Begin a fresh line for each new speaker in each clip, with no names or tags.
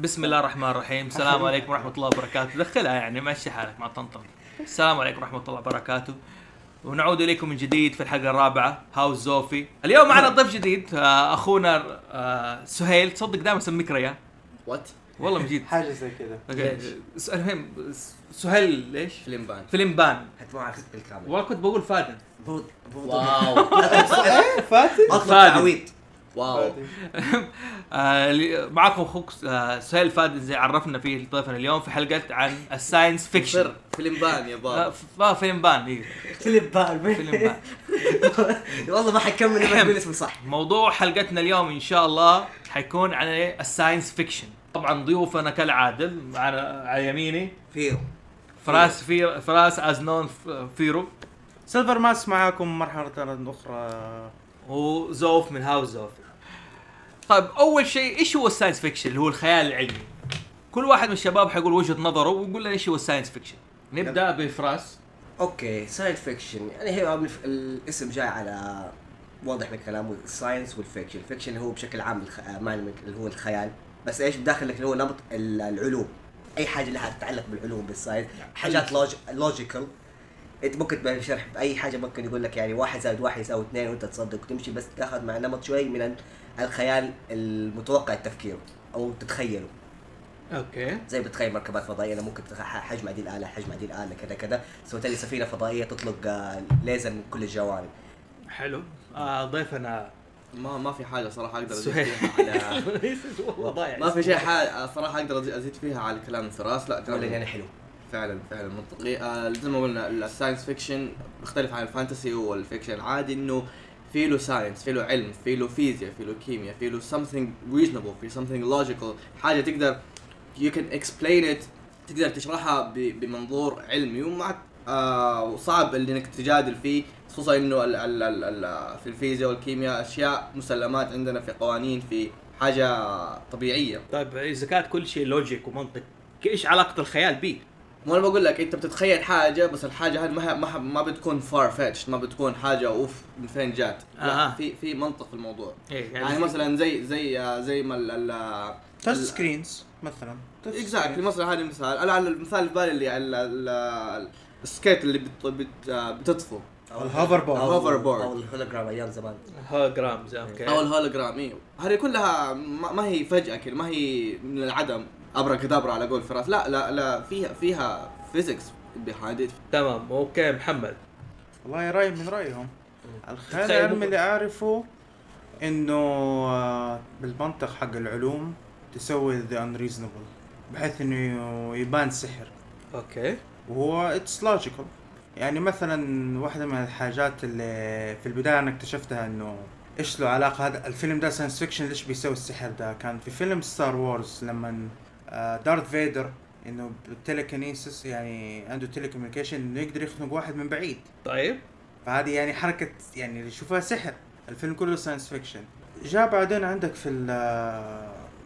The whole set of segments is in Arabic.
بسم الله الرحمن الرحيم السلام عليكم ورحمه الله وبركاته دخلها يعني مشي حالك ما تنطر السلام عليكم ورحمه الله وبركاته ونعود اليكم من جديد في الحلقه الرابعه هاوس زوفي اليوم معنا ضيف جديد آه، اخونا آه، سهيل تصدق دائما اسميك ريان
وات
والله من جد
حاجه زي كذا
ليش؟ المهم س- سهيل ليش؟
فيلم بان
فيلم بان
حتى ما عرفت بالكامل
والله كنت بقول فادن
بود بود
واو. آه، إيه؟ فاتي
اطلب
فادي.
تعويض واو
فاتي.
آه، اللي- معكم اخوك آه، سهيل فادن زي عرفنا فيه ضيفنا اليوم في حلقه عن الساينس فيكشن
فر فيلم بان يا
آه،
بابا
ف- آه، فيلم بان إيه،
فيلم بان
فيلم بان
والله ما حكمل لما تقول اسمه صح
موضوع حلقتنا اليوم ان شاء الله حيكون عن الساينس فيكشن طبعا ضيوفنا كالعاده معنا على يميني
فيرو
فراس في فراس از نون فيرو
سيلفر ماس معاكم مرحلة أخرى
وزوف من هاوس زوف طيب اول شيء ايش هو الساينس فيكشن اللي هو الخيال العلمي كل واحد من الشباب حيقول وجهه نظره ويقول لنا ايش هو الساينس فيكشن نبدا بفراس
اوكي ساينس فيكشن يعني هي من الف- الاسم جاي على واضح من كلامه الساينس والفيكشن الفيكشن هو بشكل عام الخ... آه، معنى من- اللي هو الخيال بس ايش بداخل اللي هو نمط ال- العلوم اي حاجه لها تتعلق بالعلوم بالساينس حاجات لوج... لوجيكال انت ممكن بشرح باي حاجه ممكن يقول لك يعني واحد زائد واحد يساوي اثنين وانت تصدق وتمشي بس تاخذ مع نمط شوي من ال- الخيال المتوقع التفكير او تتخيله
اوكي
زي بتخيل مركبات فضائيه انا ممكن أتخ- حجم هذه الاله حجم هذه الاله كذا كذا سويت لي سفينه فضائيه تطلق آه، ليزر من كل الجوانب
حلو آه ضيفنا
ما ما في حاجه صراحه اقدر ازيد
سهيل.
فيها على
والله ضايع
يعني.
ما في شيء حاجة صراحه اقدر أزي- ازيد فيها على كلام فراس لا
ولا يعني
كلام
حلو
فعلا فعلا منطقي آه زي ما قلنا الساينس فيكشن بيختلف عن الفانتسي والفيكشن عادي انه في له ساينس في له علم في له فيزياء في له كيمياء في له something reasonable في something logical حاجه تقدر you can explain it تقدر تشرحها ب- بمنظور علمي ومع آه وصعب اللي انك تجادل فيه خصوصا انه ال ال ال ال في الفيزياء والكيمياء اشياء مسلمات عندنا في قوانين في حاجه طبيعيه
طيب اذا كانت كل شيء لوجيك ومنطق ايش علاقه الخيال بيه؟
مو انا بقول لك انت بتتخيل حاجه بس الحاجه هذه ما هي- ما ح- ما بتكون فار فيتش ما بتكون حاجه اوف من فين جات لا،
آه.
في في منطق في الموضوع
ايه
يعني مثلا زي زي آه، زي ما ال ال
تاتش سكرينز مثلا touch
اكزاكتلي
screens.
مثلا هذا مثال انا على المثال اللي في بالي اللي ال- ال- ال- السكيت اللي بت بت آه، بتطفو
او
الهوفر بورد.
أو-
الهوفر بورد.
او الهولوجرام ايام زمان
ها جرامز اوكي
او الهولوجرام ايوه هذه كلها ما, ما هي فجاه كذا ما هي من العدم ابرا كدابرا على قول فراس لا لا لا فيها فيها فيزكس بيهايند
تمام اوكي محمد
والله رأي من رأيهم الخيال
تخيل
العلمي
ممكن.
اللي أعرفه إنه آه، بالمنطق حق العلوم تسوي ذا انريزونبل بحيث إنه يبان سحر
اوكي
وهو اتس لوجيكال يعني مثلا واحدة من الحاجات اللي في البداية أنا اكتشفتها إنه إيش له علاقة هذا الفيلم ده ساينس فيكشن ليش بيسوي السحر ده كان في فيلم ستار وورز لما دارث فيدر إنه بالتليكنيسس يعني عنده تليكوميونيكيشن إنه يقدر يخنق واحد من بعيد
طيب
فهذه يعني حركة يعني اللي يشوفها سحر الفيلم كله ساينس فيكشن جاء بعدين عندك في ال-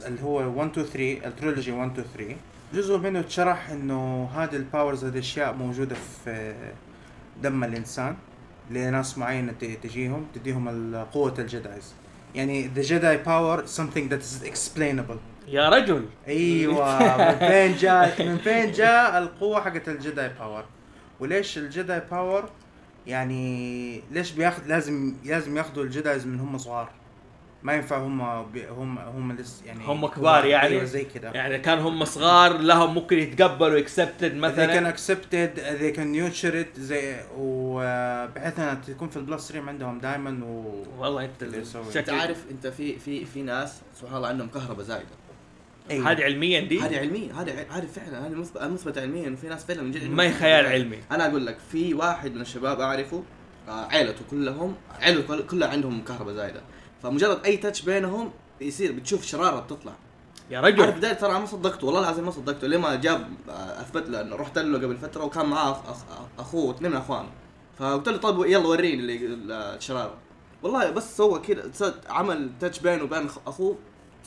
اللي هو 1 2 3 الترولوجي 1 2 3 جزء منه اتشرح انه هذه الباورز هذه الاشياء موجودة في دم الانسان لناس معينة ت- تجيهم تديهم ال- قوة الجدايز يعني the Jedi power something that is explainable
يا رجل
ايوه من فين جاء من فين جاء القوه حقت الجداي باور وليش الجداي باور يعني ليش بياخذ لازم لازم ياخذوا الجدايز من هم صغار ما ينفع هم بي هم هم لسه يعني
هم كبار يعني.
ايوه زي كده
يعني كان هم صغار لهم ممكن يتقبلوا اكسبتد
مثلا they
مثلا
can accept it they can nurture it زي وبحيث انها تكون في البلس ستريم عندهم دائما و
والله انت
اللي يسوي.
انت
شكل
عارف انت في في في ناس سبحان الله عندهم كهرباء زايده
أيوة.
هذه علميا
هذه
دي
علمية هذه ع- هذه فعلا هذه مثبت مثبت علميا انه في ناس فعلا من جد عندهم
ما هي
كهرباء
خيال
زايدة.
علمي
انا اقول لك في واحد من الشباب اعرفه آه، عيلته كلهم عيلته كل- كلها عندهم كهرباء زايده فمجرد اي تاتش بينهم يصير بتشوف شراره بتطلع
يا
انا في
رجل
البدايه ترى أنا ما صدقته والله العظيم ما صدقته لما جاب آه، اثبت له انه رحت له قبل فتره وكان معاه أخ- أخ- اخوه اثنين من اخوانه فقلت له طيب يلا وريني اللي- الشراره والله بس سوى كذا صد- عمل تاتش بينه وبين أخ- اخوه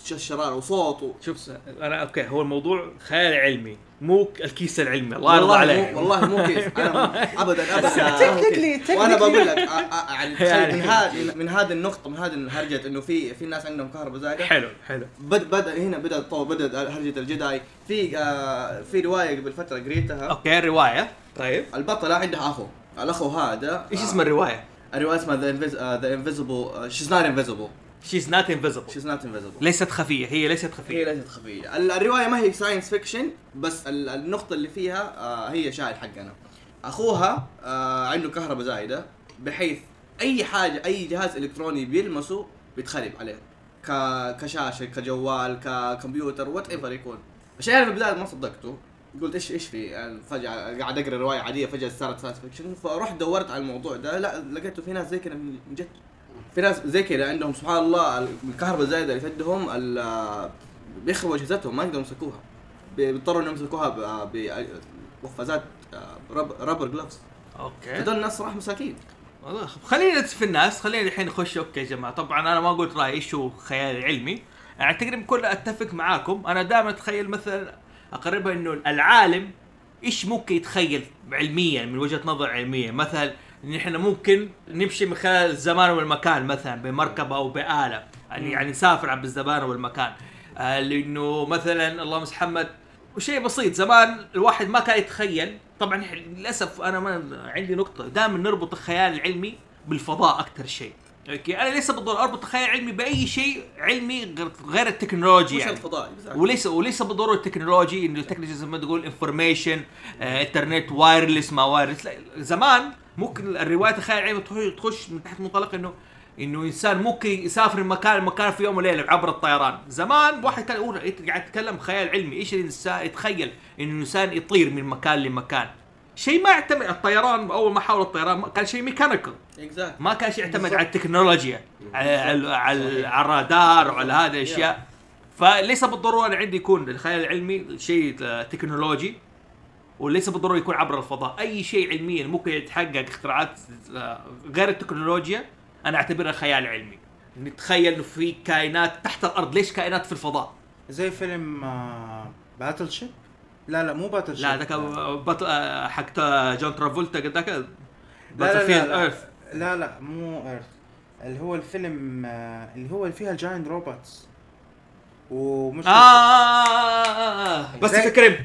ش- الشراره وصوته
شوف س- انا اوكي هو الموضوع خيال علمي مو ك- الكيس العلمي الله يرضى
مو-
عليك
والله مو كيف انا ابدا ابدا
تكنيكلي
وانا بقول لك آه، آه، يعني
يعني.
تخيل من هذه من هذه النقطه من هذه الهرجه انه في في ناس عندهم كهرباء زايده
حلو حلو
بد بدا هنا بدا تطور بدا هرجه الجداي في آه في روايه قبل فتره قريتها
اوكي الروايه طيب
البطله عندها اخو الاخو هذا
ايش
آه،
اسم الروايه؟
الروايه اسمها آه، ذا انفيزبل شيز نوت انفيزبل
شيز نات انفيزبل
شيز نوت انفيزبل
ليست خفيه هي ليست
هي
خفيه
ليست خفيه ال- الروايه ما هي ساينس فيكشن بس ال- النقطه اللي فيها آه، هي شاهد حقنا اخوها آه، عنده كهرباء زايده بحيث اي حاجه اي جهاز الكتروني بيلمسه بيتخرب عليه ك- كشاشه كجوال ككمبيوتر وات ايفر يكون عشان انا في البدايه ما صدقته قلت ايش ايش في يعني فجاه قاعد اقرا روايه عاديه فجاه صارت ساينس فيكشن فرحت دورت على الموضوع ده لا لقيته في ناس زي كذا من من جد في ناس زي كذا عندهم سبحان الله الكهرباء الزايده اللي في يدهم ال- بيخربوا اجهزتهم ما يقدروا يمسكوها بيضطروا انهم يمسكوها ب- ب- بقفازات آه، رب- رابر جلوفز
اوكي
هذول الناس صراحه مساكين
والله خ- خلينا في الناس خلينا الحين نخش اوكي يا جماعه طبعا انا ما قلت رايي ايش هو خيال علمي يعني تقريبا كل اتفق معاكم انا دائما اتخيل مثلا اقربها انه العالم ايش ممكن يتخيل علميا من وجهه نظر علميه مثلا ان احنا ممكن نمشي من خلال الزمان والمكان مثلا بمركبه او باله يعني يعني نسافر عبر الزمان والمكان آه، لانه مثلا اللهم صل على محمد وشيء بسيط زمان الواحد ما كان يتخيل طبعا إح- للاسف انا ما عندي نقطه دائما نربط الخيال العلمي بالفضاء اكثر شيء اوكي انا ليس بالضروره اربط الخيال العلمي باي شيء علمي غير- غير التكنولوجيا
وش
يعني.
الفضاء بالذات.
وليس وليس بالضروره التكنولوجي انه التكنولوجي زي ما تقول انفورميشن انترنت وايرلس ما وايرلس لا زمان ممكن الروايات الخيال العلمي تخش- تخش من تحت منطلق انه انه انسان ممكن يسافر من مكان لمكان في يوم وليله عبر الطيران، زمان واحد كان يقول قاعد يتكلم خيال علمي، ايش الانسان يتخيل انه الانسان يطير من مكان لمكان؟ شيء ما يعتمد الطيران اول ما حاول الطيران ما- كان شيء ميكانيكال،
Exact.
ما كان شيء يعتمد
بالضبط.
على التكنولوجيا على على- على على الرادار وعلى هذه الاشياء فليس بالضروره أنا عندي يكون الخيال العلمي شيء آه، تكنولوجي وليس بالضروره يكون عبر الفضاء اي شيء علميا ممكن يتحقق اختراعات آه، غير التكنولوجيا انا اعتبرها خيال علمي نتخيل انه في كائنات تحت الارض ليش كائنات في الفضاء
زي فيلم باتل شيب لا لا مو باتل شيب
لا ذاك آه، بط- آه، حق جون ترافولتا ذاك
لا لا
Battlefield
لا,
Earth.
لا لا مو ايرث اللي هو الفيلم آه، اللي هو اللي فيها الجاينت روبوتس ومش
آه، آه، آه، آه، بس
زي-
فكرم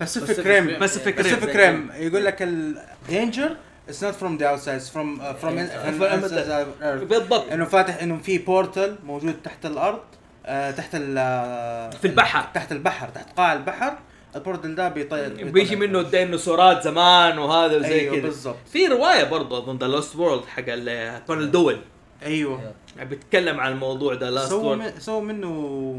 باسيفيك ريم
بس Pacific Rim.
باسيفيك ريم يقول لك الدينجر اتس نوت فروم ذا اوتسايد فروم فروم
بالضبط
انه فاتح انه في بورتل موجود تحت الارض آه، تحت ال آه،
في البحر.
تحت البحر تحت قاع البحر البورتل ده بيطير
بيجي منه الديناصورات زمان وهذا وزي
ايوه
أيوة كذا
بالضبط
في روايه برضه اظن ذا لوست وورلد حق ال- كونان دويل
ايوه
بيتكلم عن الموضوع ذا لاست
سووا
وورلد
من- سووا منه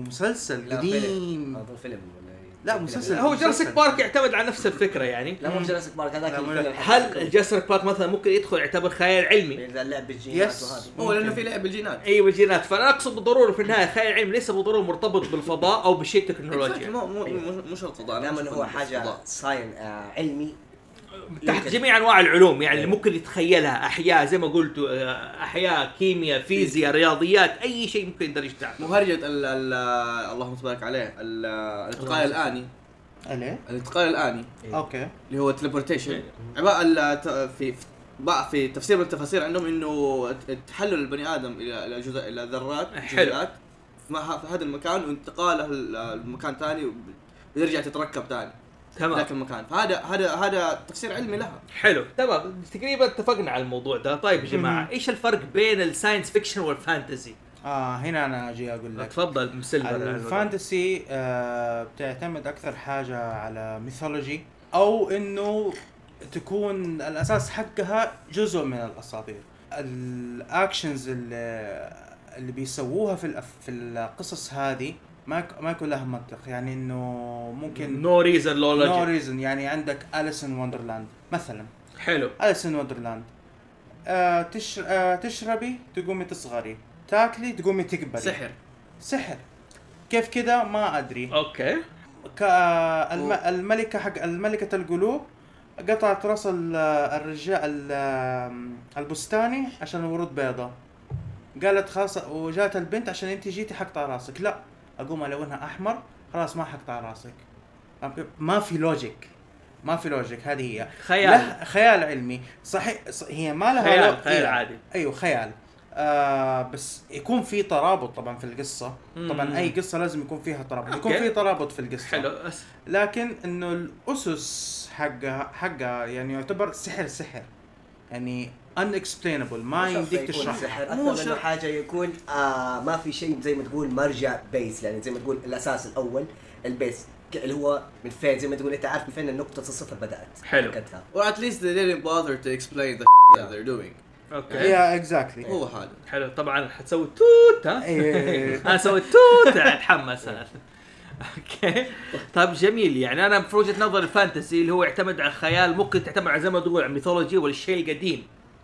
مسلسل
لا،
قديم
اظن فيلم ولا إيه.
لا، مسلسل.
هو جرسك بارك يعتمد على نفس الفكره يعني
لا مو جراسيك بارك هذاك
لا، مو
الفيلم
لا.
حق-
هل جرسك بارك مثلا ممكن يدخل يعتبر خيال علمي
اذا لعب الجينات
Yes.
وهذه
هو لانه في لعب الجينات
اي بالجينات فانا اقصد بالضروره في النهايه خيال علمي ليس بالضروره مرتبط بالفضاء او بشيء
Exactly.
تكنولوجيا
مو مو مو مو شرط فضاء
دائما هو حاجه
فضاء.
ساين آه، علمي
تحت
يمكن.
جميع انواع العلوم يعني
أيوة.
اللي ممكن يتخيلها احياء زي ما قلت آه، احياء كيمياء فيزياء رياضيات اي شيء ممكن يندرج تحته
مو هرجه ال ال اللهم تبارك عليه ال- الانتقال الاني
اليه
الانتقال الاني
اوكي
اللي هو تليبورتيشن
إيه.
عباره ال- ت- في في- بقى في تفسير من التفاسير عندهم انه ت- تحلل البني ادم الى الى جزء الى ذرات
حلو.
جزيئات في ما- في هذا المكان وانتقاله ل- لمكان ثاني ويرجع تتركب ثاني في
تمام
ذاك المكان فهذا هذا هذا تفسير علمي لها
حلو تمام تقريبا اتفقنا على الموضوع ده طيب يا جماعه ايش الفرق بين الساينس فيكشن والفانتزي
اه هنا انا اجي اقول لك
تفضل مسلم
الفانتسي آه بتعتمد اكثر حاجه على ميثولوجي او انه تكون الاساس حقها جزء من الاساطير الاكشنز اللي اللي بيسووها في الأف... في القصص هذه ما يك- ما يكون لها منطق يعني انه ممكن
نو ريزن لو
نو
لوجيك
ريزن يعني عندك اليسن وندرلاند مثلا
حلو
اليسن وندرلاند آه تشر... آه تشربي تقومي تصغري تاكلي تقومي تكبري
سحر
سحر كيف كذا ما ادري
اوكي
ك... آه، الم... الملكه حق الملكه القلوب قطعت راس ال- الرجال ال- البستاني عشان ورود بيضة قالت خلاص وجات البنت عشان انت جيتي حقطع راسك لا اقوم الونها احمر خلاص ما حقطع راسك فاهم كيف؟ ما في لوجيك ما في لوجيك هذه هي
خيال.
لا خيال علمي صحيح ص- هي ما لها
خيال-
لو-
خيال
إيه،
عادي.
ايوه خيال آه بس يكون في ترابط طبعا في القصه
مم.
طبعا اي قصه لازم يكون فيها ترابط يكون
أوكي.
في ترابط في القصه
حلو أس-
لكن انه الاسس حقها حقها يعني يعتبر سحر سحر يعني unexplainable ما يمديك تشرحها
سحر
مو
مو شرط
شرط.
حاجه يكون آه ما في شيء زي ما تقول مرجع بيس يعني زي ما تقول الاساس الاول البيس ك- اللي هو من فين زي ما تقول انت عارف من فين النقطه الصفر بدات
حلو.
حركتها.
or at least they didn't bother to explain the that they're doing
اوكي
يا اكزاكتلي
هو هذا
حلو طبعا حتسوي توت ها
إيه.
انا سويت توت اتحمس انا اوكي طيب جميل يعني انا في وجهه نظر الفانتسي اللي هو يعتمد على الخيال ممكن تعتمد على زي ما تقول على الميثولوجي والشيء القديم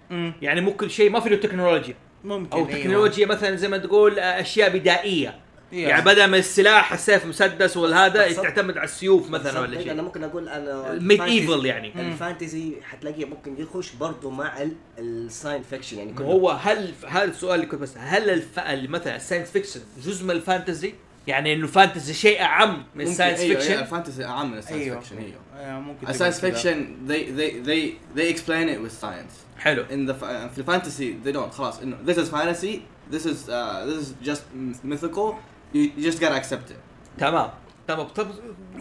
مم.
يعني ممكن شيء ما في له تكنولوجيا
ممكن أيوه.
او تكنولوجيا مثلا زي ما تقول آه، اشياء بدائيه
أيوة.
يعني بدل من السلاح السيف مسدس ولا هذا
إيه. بالضبط.
تعتمد على السيوف مثلا
بالضبط،
ولا
انا
شيء
ممكن اقول انا
ميد
الفانتزي-
ايفل يعني
مم.
الفانتزي حتلاقيه ممكن يخش برضه مع ال- الساين فيكشن يعني
ما
كله
هو هل هل السؤال اللي كنت بس هل الف... مثلا الساينس فيكشن جزء من الفانتزي؟ يعني انه الفانتزي شيء اعم من
ممكن-
الساينس
أيوة،
أيوه، أيوه،
فيكشن
الفانتسي اعم من الساينس
ايوه
فيكشن ايوه
أيوة، ممكن
الساينس
تقول كذا.
فيكشن they they they they explain it with science
حلو
in the fa- في الفانتسي they don't خلاص انه this is fantasy this is uh, this is just mythical you you just gotta accept it
تمام تمام طب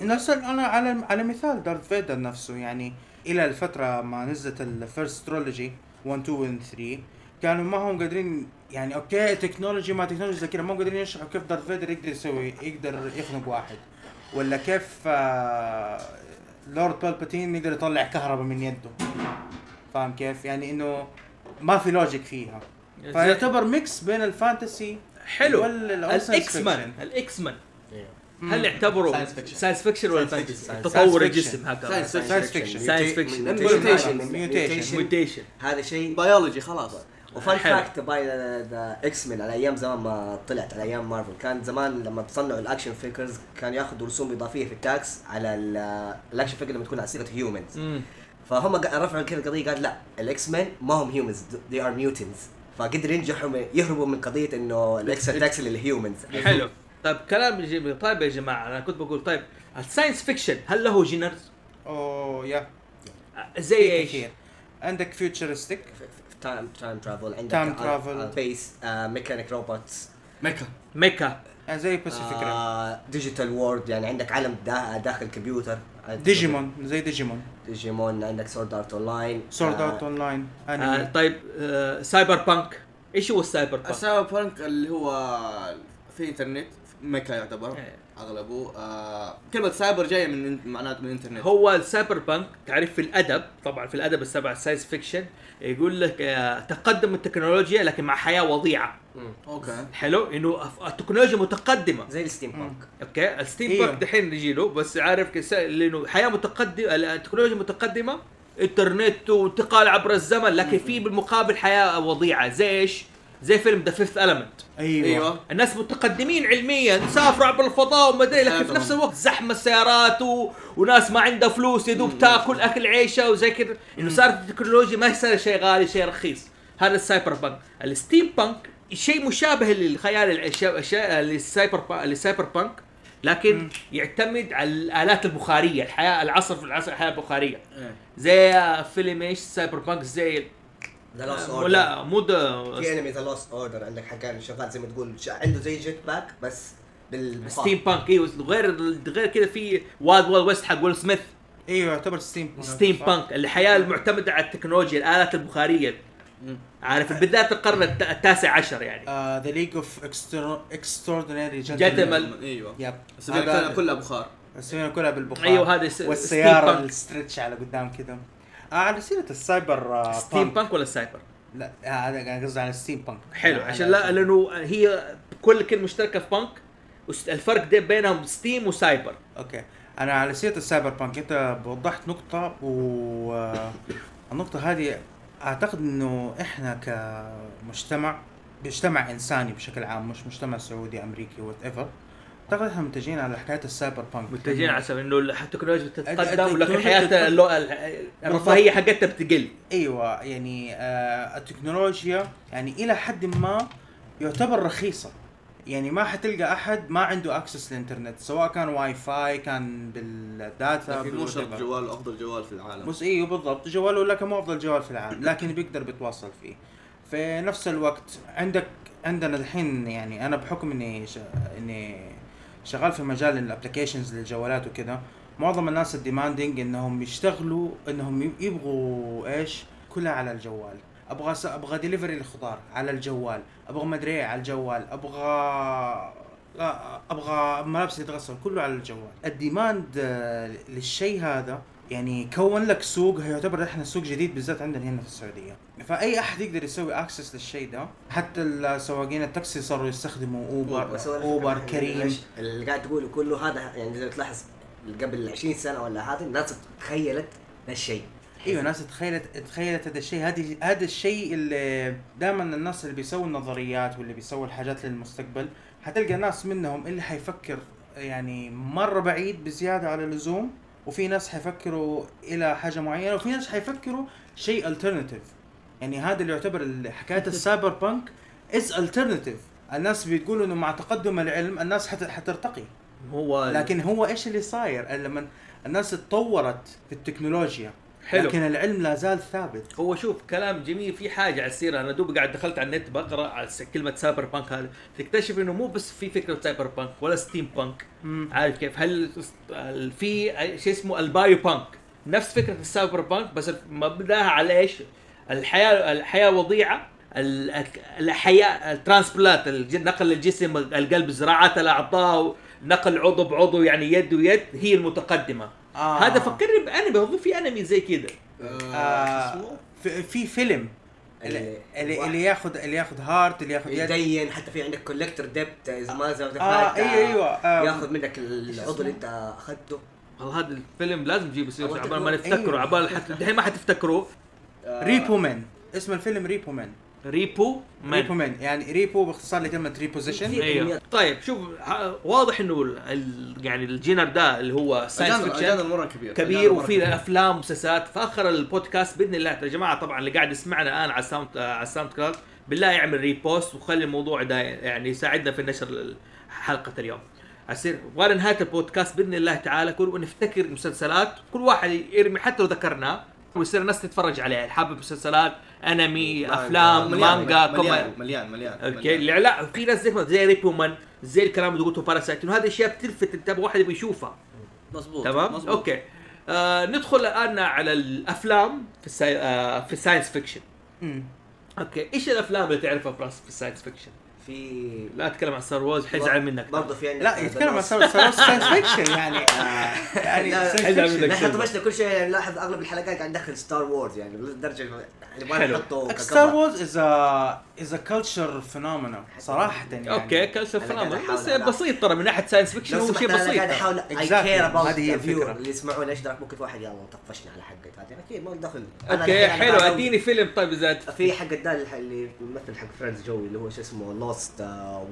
نفس ال- انا على على مثال دارث فيدر نفسه يعني الى الفتره ما نزلت الفيرست ترولوجي 1 2 و 3 كانوا ما هم قادرين يعني اوكي تكنولوجي ما تكنولوجي زي كذا ما هم قادرين يشرحوا كيف دارث فيدر يقدر يسوي يقدر يخنق واحد ولا كيف آه لورد بالباتين يقدر يطلع كهرباء من يده فاهم كيف يعني انه ما في لوجيك فيها فيعتبر ميكس بين الفانتسي
حلو
ولا ال- أو science
الاكس مان
fiction.
الاكس مان
إيه.
هل يعتبروا
Science fiction.
ساينس فيكشن ولا
Science fiction.
فانتسي؟
Science
تطور
fiction.
الجسم هكذا
Science fiction.
science fiction.
Science fiction.
Mutation.
Mutation.
ميوتيشن
هذا شيء
biology خلاص
وفان
حلو.
فاكت باي ذا اكس مان على ايام زمان ما طلعت على ايام مارفل كان زمان لما بصنعوا الاكشن فيكرز كان ياخذوا رسوم اضافيه في التاكس على ال- الاكشن فيكر لما تكون على صيغه هيومنز فهم قا- رفعوا كذا القضيه قال لا الاكس مان ما هم هيومنز they ار ميوتنز فقدروا ينجحوا من- يهربوا من قضيه انه الاكس اتاكس للهيومنز
حلو طيب كلام جميل طيب يا جماعه انا كنت بقول طيب الساينس فيكشن هل له جينرز؟
اوه يا
زي
في
ايش؟
كثير عندك فيوتشرستيك
تايم تايم ترافل عندك
Time travel.
بيس ميكانيك روبوتس
ميكا
ميكا
يعني زي باسيفيك ريم
آه،
ديجيتال وورد آه، يعني عندك عالم دا- داخل كمبيوتر
ديجيمون زي ديجيمون
ديجيمون عندك سورد ارت اون لاين
سورد اوت اون لاين
آه
انمي
طيب آه سايبر بانك ايش هو السايبر بانك؟
السايبر بانك اللي هو في انترنت ميكا يعتبر
إيه.
اغلبه آه كلمه سايبر جايه من معناته من الانترنت
هو السايبر بانك تعريف في الادب طبعا في الادب السبع ساينس فيكشن يقول لك آه، تقدم التكنولوجيا لكن مع حياه وضيعه
اوكي
حلو انه أف- التكنولوجيا متقدمه
زي الستيم بانك
اوكي الستيم
أيوه.
بانك دحين نجي له بس عارف كس- لانه حياه متقدمه التكنولوجيا متقدمه انترنت وانتقال عبر الزمن لكن في بالمقابل حياه وضيعه زي ايش؟ زي فيلم ذا فيفث المنت
ايوه
ايوه
الناس متقدمين علميا سافروا عبر الفضاء وما ادري لكن في
حياتهم.
نفس الوقت زحمه سيارات و... وناس ما عندها فلوس يدوب تاكل اكل عيشه وزي كذا انه صارت التكنولوجيا ما صار شيء غالي شيء رخيص هذا السايبر بانك الستيم بانك شيء مشابه للخيال الاشياء الاشياء للسايبر با- للسايبر بانك لكن يعتمد على الالات البخاريه الحياه العصر في العصر الحياه البخاريه
إيه.
زي فيلم ايش سايبر بانك زي
ذا لوست
آه،
اوردر
ولا مو
في انمي ذا لوست اوردر عندك حكى شغال زي ما تقول ش- عنده زي جيت باك بس بالبخار
ستيم بانك ايوه غير غير كذا في واد واد ويست حق ويل سميث
ايوه يعتبر ستيم
ستيم بانك الحياه المعتمده على التكنولوجيا الالات البخاريه
مم.
عارف بالذات القرن الت- التاسع عشر يعني
ذا ليج اوف اكستراوردينري
Gentlemen.
جنتلمان
ايوه
يب
السفينه
هذا-
كلها- كلها بخار
السفينه كلها بالبخار
أيوة، هذا س- ستيم
والسياره
بانك.
الستريتش على قدام كذا آه على سيره السايبر آه،
ستيم بانك ولا سايبر
لا آه، هذا انا قصدي على الستيم بانك
حلو
آه،
عشان
على-
لا لانه هي كل كلمه مشتركه في بانك وس- الفرق ده بينهم ستيم وسايبر
اوكي انا على سيره السايبر بانك انت وضحت نقطه و النقطه هذه اعتقد انه احنا كمجتمع مجتمع انساني بشكل عام مش مجتمع سعودي امريكي وات ايفر اعتقد احنا متجهين على حكايه السايبر بانك
متجهين على سبيل انه التكنولوجيا بتتقدم
التكنولوجيا
ولكن حياتها اللو- الرفاهيه حقتها بتقل
ايوه يعني آه التكنولوجيا يعني الى حد ما يعتبر رخيصه يعني ما حتلقى احد ما عنده اكسس للانترنت سواء كان واي فاي كان بالداتا
لكن يعني مو شرط
بالwhatever.
جوال افضل جوال في العالم
بس ايوه بالضبط جواله لك مو افضل جوال في العالم لكن بيقدر بيتواصل فيه في نفس الوقت عندك عندنا الحين يعني انا بحكم اني ش... اني شغال في مجال الابلكيشنز للجوالات وكذا معظم الناس الديماندنج انهم يشتغلوا انهم يبغوا ايش كلها على الجوال ابغى س... ابغى ديليفري الخضار على الجوال ابغى مدري إيه على الجوال ابغى لا ابغى ملابس يتغسل كله على الجوال الديماند آه، للشيء هذا يعني كون لك سوق يعتبر احنا سوق جديد بالذات عندنا هنا في السعوديه فاي احد يقدر يسوي اكسس للشيء ده حتى السواقين التاكسي صاروا يستخدموا اوبر
بس هو الفكرة
اوبر
إن
كريم
الش- يعني اللي قاعد تقوله كله هذا يعني لو تلاحظ قبل 20 سنه ولا هذا الناس تخيلت ذا الشيء
ايوه ناس تخيلت تخيلت هذا الشيء هذه هذا الشيء اللي دائما الناس اللي بيسووا النظريات واللي بيسووا الحاجات للمستقبل حتلقى ناس منهم اللي حيفكر يعني مره بعيد بزياده على اللزوم وفي ناس حيفكروا الى حاجه معينه وفي ناس حيفكروا شيء الترناتيف يعني هذا اللي يعتبر ال- حكايه السايبر بانك از الترناتيف الناس بتقول انه مع تقدم العلم الناس حت- حترتقي
هو
لكن هو ايش اللي صاير لما الناس اتطورت في التكنولوجيا
حلو.
لكن العلم لا زال ثابت
هو شوف كلام جميل في حاجه على السيره انا دوب قاعد دخلت على النت بقرا على س- كلمه سايبر بانك هذا تكتشف انه مو بس في فكره سايبر بانك ولا ستيم بانك عارف كيف هل ال- في شيء اسمه البايو بانك نفس فكره السايبر بانك بس مبناها على ايش؟ الحياه الحياه وضيعه ال- الحياه الترانسبلات الج- نقل الجسم القلب زراعه الاعضاء نقل عضو بعضو يعني يد ويد هي المتقدمه
آه.
هذا فكرني بانمي اظن في انمي زي كذا
آه، شو
آه
اسمه؟
في, في فيلم اللي, اللي,
واحد
اللي ياخذ اللي ياخذ هارت اللي ياخذ يد
يعني يدين حتى في عندك كولكتر ديبت اذا ما زي ما
آه،
تفاجأ،
أيوة، أيوة، آه.
ياخذ منك العضو اللي انت اخذته
والله هذا الفيلم لازم تجيب سيرته
أول
عبال ما
تقول-
نفتكره
أيوه.
عبال حتى الحين ما حتفتكروه
آه،
ريبو مان اسم الفيلم ريبو مان
ريبو
ريبو
مان
مان يعني ريبو باختصار لكلمه ريبوزيشن
ايوه طيب شوف ه- واضح انه ال- ال- يعني الجينر ده اللي هو ساينس
الجانر الجانر
فيكشن
مره كبير
كبير
الجانر مرة
وفي افلام ومسلسلات فاخر البودكاست باذن الله يا جماعه طبعا اللي قاعد يسمعنا الان على الساوند آه، على الساوند كلاود بالله يعمل ريبوست وخلي الموضوع ده يعني يساعدنا في نشر ال- حلقه اليوم عسير وعلى نهايه البودكاست باذن الله تعالى كل ونفتكر مسلسلات كل واحد يرمي حتى لو ذكرناها ويصير الناس تتفرج عليها حابب مسلسلات انمي
مانجا.
افلام
مليان،
مانجا كوميدي
مليان مليان مليان
اوكي
مليان.
لا لا في ناس زي ما زي ريب وومن زي الكلام اللي قلته باراسايت إنه هذه اشياء بتلفت انتبه واحد يبغى يشوفها
مظبوط
تمام
مظبوط.
اوكي آه ندخل الان على الافلام في الساي... آه في الساينس فيكشن اوكي ايش الافلام اللي تعرفها براس في الساينس فيكشن
في
لا اتكلم عن ستار وورز حيزعل منك
برضه في عندك
لا يتكلم عن
بنوس.
ساينس فيكشن يعني يعني
لا،
science
حلو.
fiction.
لا، احنا
سلبا.
طفشنا كل شيء يعني لاحظ اغلب الحلقات قاعد ندخل ستار وورز يعني لدرجه إنه نبغى
حلو.
نحطه
ستار
ككفر.
وورز از از ا كلتشر فينومينا صراحه يعني
اوكي كلسة
أنا قاعد
فينومينا
أحاول
بس
ألعب.
بسيط ترى من ناحيه ساينس فيكشن
لو
هو
سمحت
شيء
انا قاعد
بسيط
احاول اي
Exactly.
كير اباوت
هذه هي الفكرة.
اللي يسمعون ايش دراك ممكن واحد يلا طفشنا على حقك هذه اكيد ما دخل أنا
اوكي
الحين أنا
حلو
قاعد أدور-
اديني فيلم طيب زاد
في حق الدال اللي يمثل حق فريندز جوي اللي هو شو اسمه لوست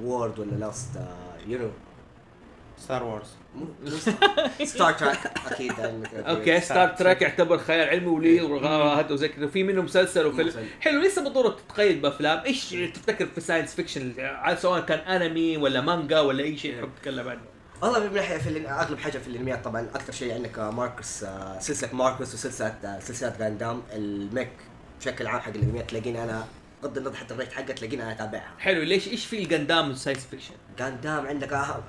وورد ولا uh, لوست يو
ستار وورز
نو ستار تراك اكيد
اوكي ستار تريك يعتبر خيال علمي وليه ورغبات وزي كذا وفي منه مسلسل وفيلم
مسلسل.
حلو لسه بالضروره تتقيد بافلام ايش تفتكر في ساينس فيكشن عاد سواء كان انمي ولا مانجا ولا اي شيء تحب تتكلم عنه
والله من ناحيه في ال- اغلب حاجه في الانميات طبعا اكثر شيء عندك آه، ماركوس آه، سلسله ماركوس وسلسله آه، سلسله غاندام الميك بشكل عام حق الانميات تلاقيني انا بغض النظر حتى الريت حقه تلاقيني انا اتابعها
حلو ليش ايش في الجندام ساينس فيكشن
غاندام عندك آه،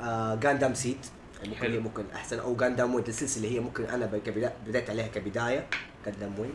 غاندام سيد يعني ممكن
حلو.
هي ممكن احسن او غاندام ويند السلسله اللي هي ممكن انا بك- بدا- بدات عليها كبدايه غاندام ويند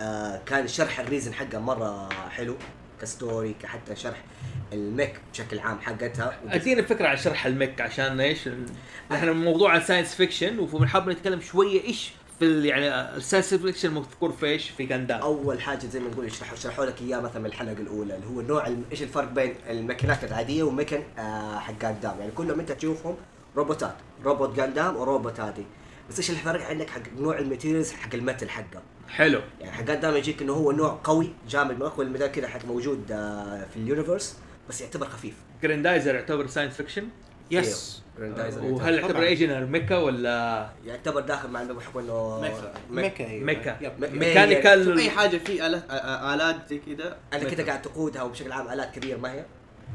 آه كان شرح الريزن حقه مره حلو كستوري كحتى شرح الميك بشكل عام حقتها
ادينا فكره عن شرح المك عشان ايش ال- احنا موضوع عن ساينس فيكشن وحاب نتكلم شويه ايش في ال- يعني الساينس فيكشن مذكور في ايش في جندام
اول حاجه زي ما نقول يشرحوا شرحوا لك اياه مثلا من الحلقه الاولى اللي هو نوع الم- ايش الفرق بين الماكينات العاديه ومكن آه حق غاندام يعني كلهم انت تشوفهم روبوتات روبوت غاندام وروبوت هذه بس ايش اللي فرق عندك حق نوع الماتيريالز حق المتل حقه
حلو
يعني حاجات دائما يجيك انه هو نوع قوي جامد من اقوى الميتال كذا حق موجود آه، في اليونيفرس بس يعتبر خفيف إيه.
جراندايزر يعتبر ساينس فيكشن
أيوه.
يس
جراندايزر
آه، وهل
يعتبر-
يعتبر
طبعاً.
ايجنر ميكا ولا
يعتبر داخل مع المبحث انه
ميكا.
ميكا
ميكا أيوة.
ميكا.
يب.
م-
شوف
ميكانيكال
اي حاجه في الات آ- آ- الات زي كذا
انا كذا
ميكا.
قاعد تقودها وبشكل عام الات كبيره ما هي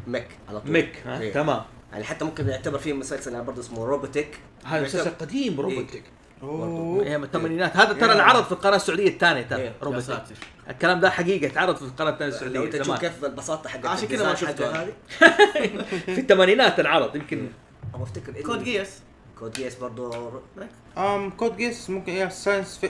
ميك على طول
ميك ها
إيه.
تمام
يعني حتى ممكن يعتبر في مسلسل يعني برضه اسمه روبوتك
هذا مسلسل
إيه.
قديم روبوتك
أوه.
ايام الثمانينات إيه، هذا ترى انعرض في القناه السعوديه الثانيه ترى
إيه.
يا
روبوتك
ساتر
الكلام ده حقيقه اتعرض في القناه الثانيه
لو انت
السعوديه
تشوف
زمان
كيف البساطه حقت
عشان كذا ما
الديزاين
شفته
حقها
أنا.
هذه
في الثمانينات انعرض يمكن
ابغى افتكر إني-
كود جيس
كود جيس برضه
ام كود جيس Um, ممكن إيه؟ يا ساينس في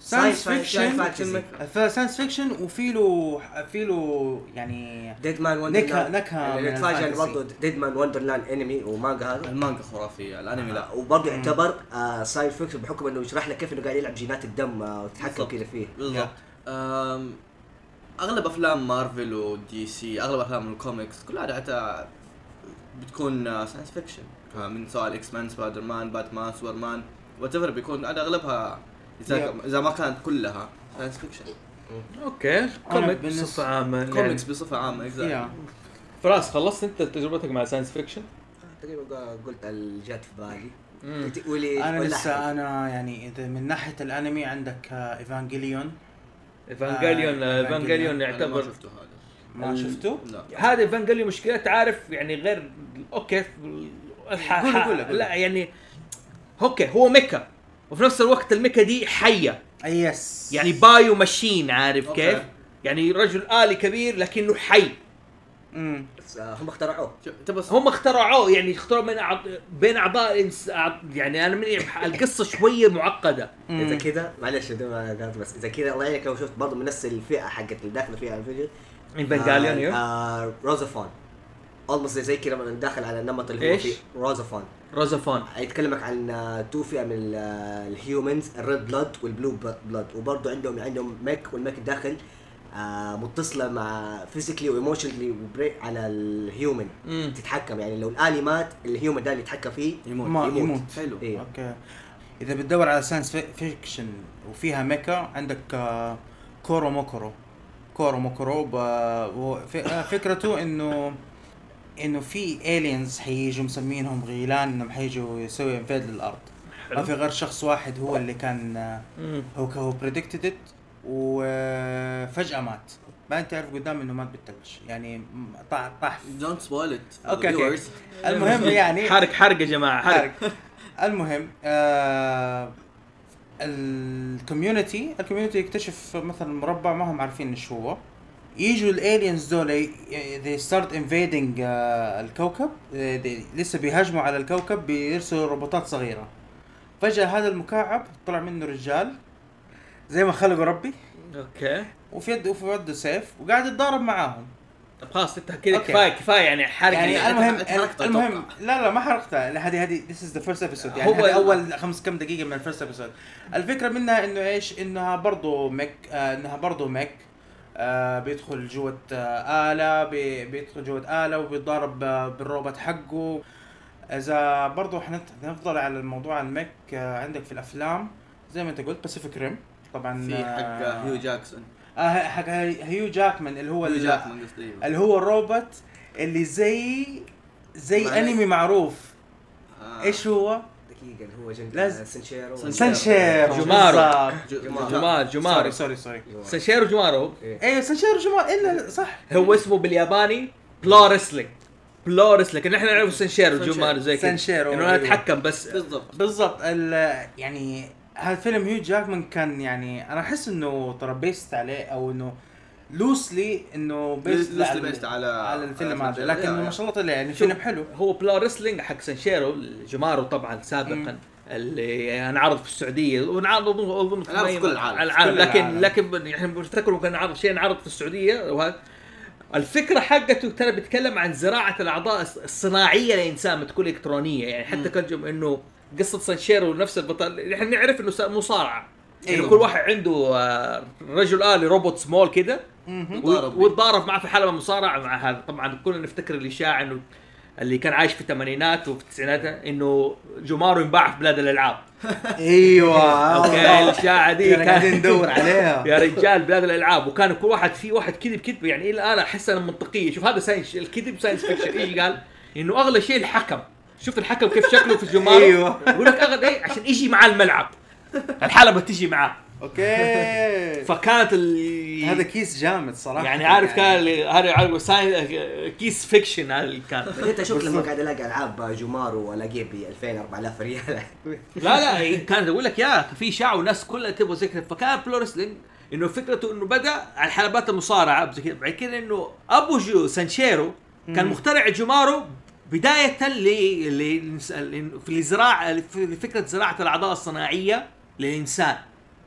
ساينس
ساينس
فيكشن
فيكشن
فانتزي
ساينس فيكشن وفي له في له يعني
ديد مان
نكهة- نكهة من
نتفاجئ
الفانتسي.
يعني برضه ديد مان وندرلاند انمي ومانجا هذا آه،
المانجا خرافيه الانمي لا
وبرضه يعتبر ساين فيكشن بحكم انه يشرح لك كيف انه قاعد يلعب جينات الدم آه، وتتحكم
بالضبط.
كذا فيه
بالضبط أم، اغلب افلام مارفل ودي سي اغلب افلام الكوميكس كلها حتى بتكون ساينس فيكشن من سواء اكس مان سبايدر مان باتمان سوبرمان وات بيكون هذا اغلبها اذا
Yeah.
اذا ما كانت كلها ساينس فيكشن
اوكي كوميك
بالنسبة-
بصفه عامه
كوميكس بصفه عامه exactly.
يا
يعني. فراس خلصت انت تجربتك مع ساينس فيكشن؟
تقريبا قا- قلت اللي جات في بالي
مم.
قلت- ولي
انا
ولا
لسه
أحد.
انا يعني اذا من ناحيه الانمي عندك آه، ايفانجيليون
ايفانجاليون
آه،
ايفانجاليون
أنا ما
يعتبر
شفته هذا
ما
ال-
شفته؟
لا
هذا ايفانجاليون مشكله تعرف يعني غير اوكي ف- ح-
قول-
ح-
قول- قول.
لا يعني اوكي هو ميكا وفي نفس الوقت الميكا دي حيه
اي يس
يعني بايو ماشين عارف
أوكي.
كيف؟ يعني رجل آلي كبير لكنه حي
امم
بس، آه، هم اخترعوه
شوف، تبى ص-
هم اخترعوه يعني اخترعوا من أعض... بين اعضاء الإنس... أعض- يعني انا من القصه شويه معقده
اذا كذا معلش دي ما قالت بس اذا كذا الله يعينك لو شفت برضه من نفس الفئه حقت اللي داخله فيها الفيديو
ايفانجاليون
آه،
يو
آه روزافون اولموست زي كذا من داخل على النمط اللي هو
إيش؟
فيه روزافون
روزافون
يتكلمك عن آه، تو فئه من ال- آه، الهيومنز الريد بلاد والبلو بلاد وبرضه عندهم عندهم ميك والميك الداخل آه متصله مع فيزيكلي وايموشنلي على الهيومن
مم.
تتحكم يعني لو الالي مات الهيومن ده اللي يتحكم فيه
يموت
ما- يموت.
حلو
إيه.
اوكي اذا بتدور على ساينس فيكشن وفيها ميكا عندك آه، كورو موكورو كورو موكورو ب- هو ف- آه، فكرته انه انه في الينز حييجوا مسمينهم غيلان انهم حيجوا يسوي انفيد للارض ما في غير شخص واحد هو اللي كان آه،
مم.
هو هو بريدكتد ات وفجاه آه، مات بعدين تعرف قدام انه مات بالثلج يعني م- طاح طاح في-
دونت سبويل ات
اوكي اوكي المهم يعني
حرق حرق يا جماعه حرق
حرق المهم آه الكوميونتي الكوميونتي يكتشف مثلا مربع ما هم عارفين ايش هو يجوا الالينز دول they start invading آه الكوكب آه، they- لسه بيهاجموا على الكوكب بيرسلوا روبوتات صغيره فجاه هذا المكعب طلع منه رجال زي ما خلقه ربي
اوكي
وفي يده وفي يده سيف وقاعد يتضارب معاهم
طب خلاص انت كذا
أوكي.
كفايه كفايه يعني حرق
يعني
يعني
المهم
حركته
المهم
أتوقع.
لا لا ما حرقتها لا، هذه هذه ذيس از ذا فيرست ابيسود يعني
هو
هذه
ال-
اول خمس كم دقيقه من الفيرست ابيسود الفكره منها انه ايش انها برضه ميك آه انها برضه ميك آه بيدخل جوة آه آلة بي- بيدخل جوة آلة وبيتضارب آه بالروبوت حقه إذا برضه حنفضل على الموضوع الميك آه عندك في الأفلام زي ما أنت قلت باسيفيك ريم طبعا
في حق
آه،
هيو جاكسون
آه حق هيو جاكمان اللي هو
هيو
ال-
جاكمان قصدي أيوه.
اللي هو الروبوت اللي زي زي
معلش.
انمي معروف
آه.
ايش هو؟
دقيقه اللي هو جنت
لازم-
آه، سنشيرو
سنشيرو.
سانشيرو
جمارو.
بالظبط.
جو-
جمال.
جمار
سوري
جمار
سوري سوري
سنشيرو جمارو
ايوه سانشيرو جمار الا صح
هو اسمه بالياباني بلو ريسلينج بلو ريسلينج نحن نعرفه سانشيرو
سانشيرو.
جمارو زي كذا
سانشيرو،
انه انا
أيوه.
اتحكم بس
بالضبط
بالضبط ال- يعني هالفيلم هيو جاكمان كان يعني انا احس انه تربيست عليه او انه لوسلي انه based
لوسلي
على-
based على-
على الفيلم
على
هذا
سانشيرو.
لكن
يا-
ما شاء الله طلع يعني
شوف.
فيلم حلو
هو بلو ريسلينج حق سانشيرو جمارو طبعا سابقا
مم.
اللي انعرض في السعوديه وانعرض اظن اظن
انعرض في كل العالم.
العالم
في كل
لكن
العالم.
لكن احنا بنفتكر كان عرض شيء انعرض في السعوديه وهذا الفكره حقته ترى بيتكلم عن زراعه الاعضاء الص- الصناعيه للانسان ما تكون الكترونيه يعني حتى كان جم- انه قصه سانشيرو نفس البطل احنا نعرف انه س- مصارعه يعني
أيوه.
كل واحد عنده آه، رجل الي روبوت سمول كده
مهم.
وضارب.
وتضارب معه في حلبه مصارعه مع هذا طبعا كلنا نفتكر الاشاعه انه اللي كان عايش في الثمانينات وفي التسعينات انه جومارو ينباع في بلاد الالعاب أيوة.
ايوه
اوكي الاشاعه دي
كنا قاعدين
كانت
ندور عليها
يا رجال بلاد الالعاب وكان كل واحد في واحد كذب كذب يعني الى الان احسها منطقيه شوف هذا ساينس الكذب ساينس فيكشن ايش قال؟ انه اغلى شيء الحكم شفت الحكم كيف شكله في الجمهور
أيوة.
يقول لك اغلى إيه؟ عشان يجي معاه الملعب الحلبه تجي معاه
اوكي
فكانت ال...
هذا كيس جامد صراحه
يعني عارف كان ال- هذا عارف ساين- كيس فيكشن هذا اللي كان
بعدين انت شوف لما
بالضبط.
قاعد الاقي العاب جومارو والاقيه ب 2000 4000 ريال
لا لا هي كانت اقول لك يا في شعب والناس كلها تبغى زي كذا فكان بلورسلين انه فكرته انه بدا على حلبات المصارعه زي كذا بعد كذا انه ابو جو سانشيرو كان
مم.
مخترع جومارو بدايه ل- للإنس- لل- في الزراعه لفكره زراعه الاعضاء الصناعيه للانسان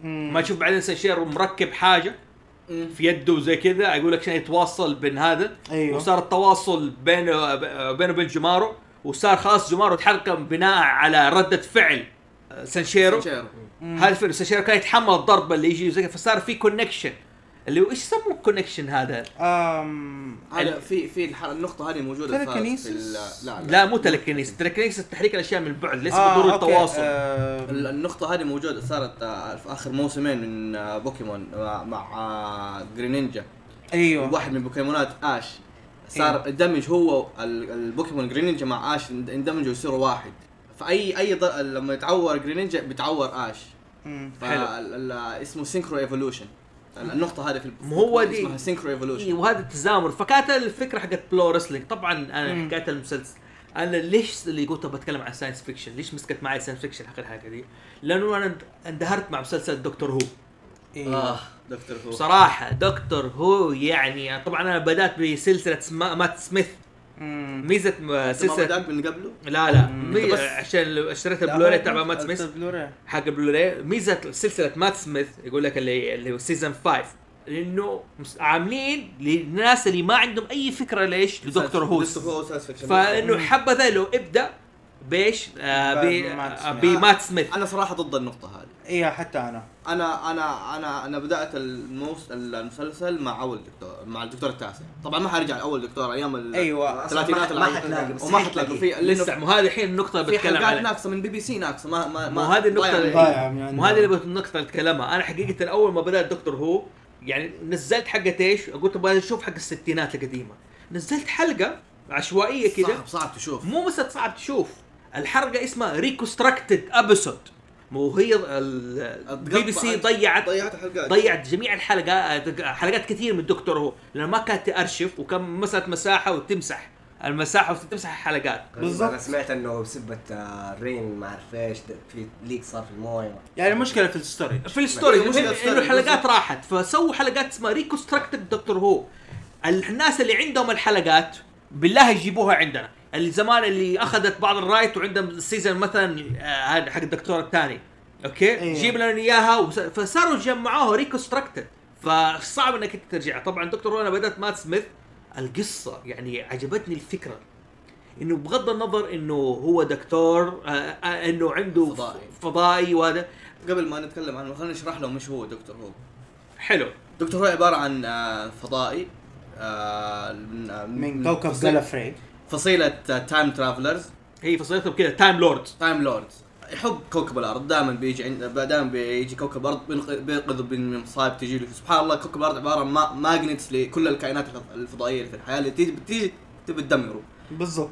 ما
ما
تشوف بعدين سانشيرو مركب حاجه في يده زي كذا اقول لك عشان يتواصل بين هذا
أيوه.
وصار التواصل بينه بينه وبين جمارو وصار خلاص جمارو يتحكم بناء على رده فعل سانشيرو
شيرو.
هذا فيلم سانشيرو كان يتحمل الضربه اللي يجي زي كذا فصار في كونكشن اللي هو ايش سموه الكونكشن هذا؟
امم
هذا في في الح- النقطة هذه موجودة صارت في ال-
تلكنيسيس؟
لا
لا مو تلكنيس تلكنيس تحريك الاشياء من البعد ليس
آه،
بضروره
أوكي.
التواصل
آم،
ال- النقطة هذه موجودة صارت آه، في آخر موسمين من آه، بوكيمون مع- مع آه، جرينينجا
ايوه
واحد من بوكيمونات اش
أيوه.
صار اندمج هو ال- البوكيمون جرينينجا مع اش اند- اندمجوا يصيروا واحد فاي اي ض- لما يتعور جرينينجا بيتعور اش
مم.
ف-
حلو.
ال- ال- اسمه سينكرو ايفولوشن النقطة هذه في الب-
مو هو دي.
اسمها سينكرو
إيه،
ايفولوشن
وهذا التزامن فكانت الفكره حقت بلو رسلينج طبعا انا
مم.
حكايه المسلسل انا ليش اللي قلت بتكلم عن ساينس فيكشن ليش مسكت معي ساينس فيكشن حق الحلقه دي لانه انا اندهرت مع مسلسل دكتور هو آه. إيه.
أيوه.
اه دكتور هو
بصراحه دكتور هو يعني طبعا انا بدات بسلسله سما- مات سميث
مم.
ميزه م-
أنت ما
سلسله
بدأت من قبله
لا لا
مم.
مي-
أنت بس-
عشان اشتريت
لا،
البلوري
هو-
تبع مات سميث
البلوراي.
حق البلوراي ميزه سلسله مات سميث يقول لك اللي اللي هو سيزون 5 لانه مس- عاملين للناس اللي ما عندهم اي فكره ليش لدكتور هوس
دكتور هو ساينس فيكشن
فانه حبذا لو ابدا بايش آه بي-
بمات
آه،
سميث.
بمات سميث
انا صراحة ضد النقطة هذه
ايوه حتى انا
انا انا انا انا بدات الموس... المسلسل مع اول دكتور مع الدكتور التاسع طبعا ما حرجع لاول دكتور ايام ال...
أيوة،
ايوه
الثلاثينات
ما حتلاقي،
العادية.
بس
وما
هي
حتلاقوا
تلاقيه.
في
لسه
لسه
مو هذه الحين النقطه اللي
في
بتكلم
حلقات
عنها
ناقصه من بي بي سي ناقصه ما ما
مو هذه النقطة
ضايع
اللي-
مني.
ضايع من عندنا.
مو هذه اللي النقطه اللي اتكلمها انا حقيقه اول ما بدات دكتور هو يعني نزلت حقه ايش؟ قلت ابغى اشوف حق الستينات القديمه نزلت حلقه عشوائيه كذا
صعب صعب تشوف
مو بس صعب تشوف الحرقه اسمها ريكونستراكتد ابيسود مو هي البي بي سي ضيعت
ضيعت حلقات
ضيعت جميع الحلقات حلقات كثير من دكتور هو لانه ما كانت تارشف وكان مسألة مساحه وتمسح المساحه وتمسح الحلقات
بالضبط.
انا سمعت انه بسبه آه، الرين ما اعرف ايش ده- في ليك صار في المويه
يعني مشكله في الستوري
في الستوري
مشكلة
المهم
الستوري
انه الحلقات
بالضبط.
راحت فسووا حلقات اسمها ريكونستراكتد دكتور هو الناس اللي عندهم الحلقات بالله يجيبوها عندنا اللي زمان اللي اخذت بعض الرايت وعندهم السيزون مثلا آه، هذا حق الدكتور الثاني اوكي
إيه.
أيوه.
جيب لنا اياها وس- فصاروا جمعوها ريكونستراكتد فصعب انك أنت ترجعها طبعا دكتور هو انا بدات مات سميث القصه يعني عجبتني الفكره انه بغض النظر انه هو دكتور آه، آه، انه عنده
فضائي.
فضائي وهذا
قبل ما نتكلم عنه خلينا نشرح لهم ايش هو دكتور هو
حلو
دكتور هو عباره عن آه، فضائي آه، من آه،
من كوكب
فصيل-
جالافري
فصيلة آه، تايم ترافلرز
هي فصيلتهم إيه، كذا تايم لورد
تايم لورد يحب كوكب الارض دائما بيجي عند دائما بيجي كوكب الارض بينق- بينقذ من مصائب تجي له سبحان الله كوكب الارض عباره عن ما- ماجنتس لكل الكائنات الف- الفضائيه اللي في الحياه اللي تيجي بتيجي تبي تدمره
بالضبط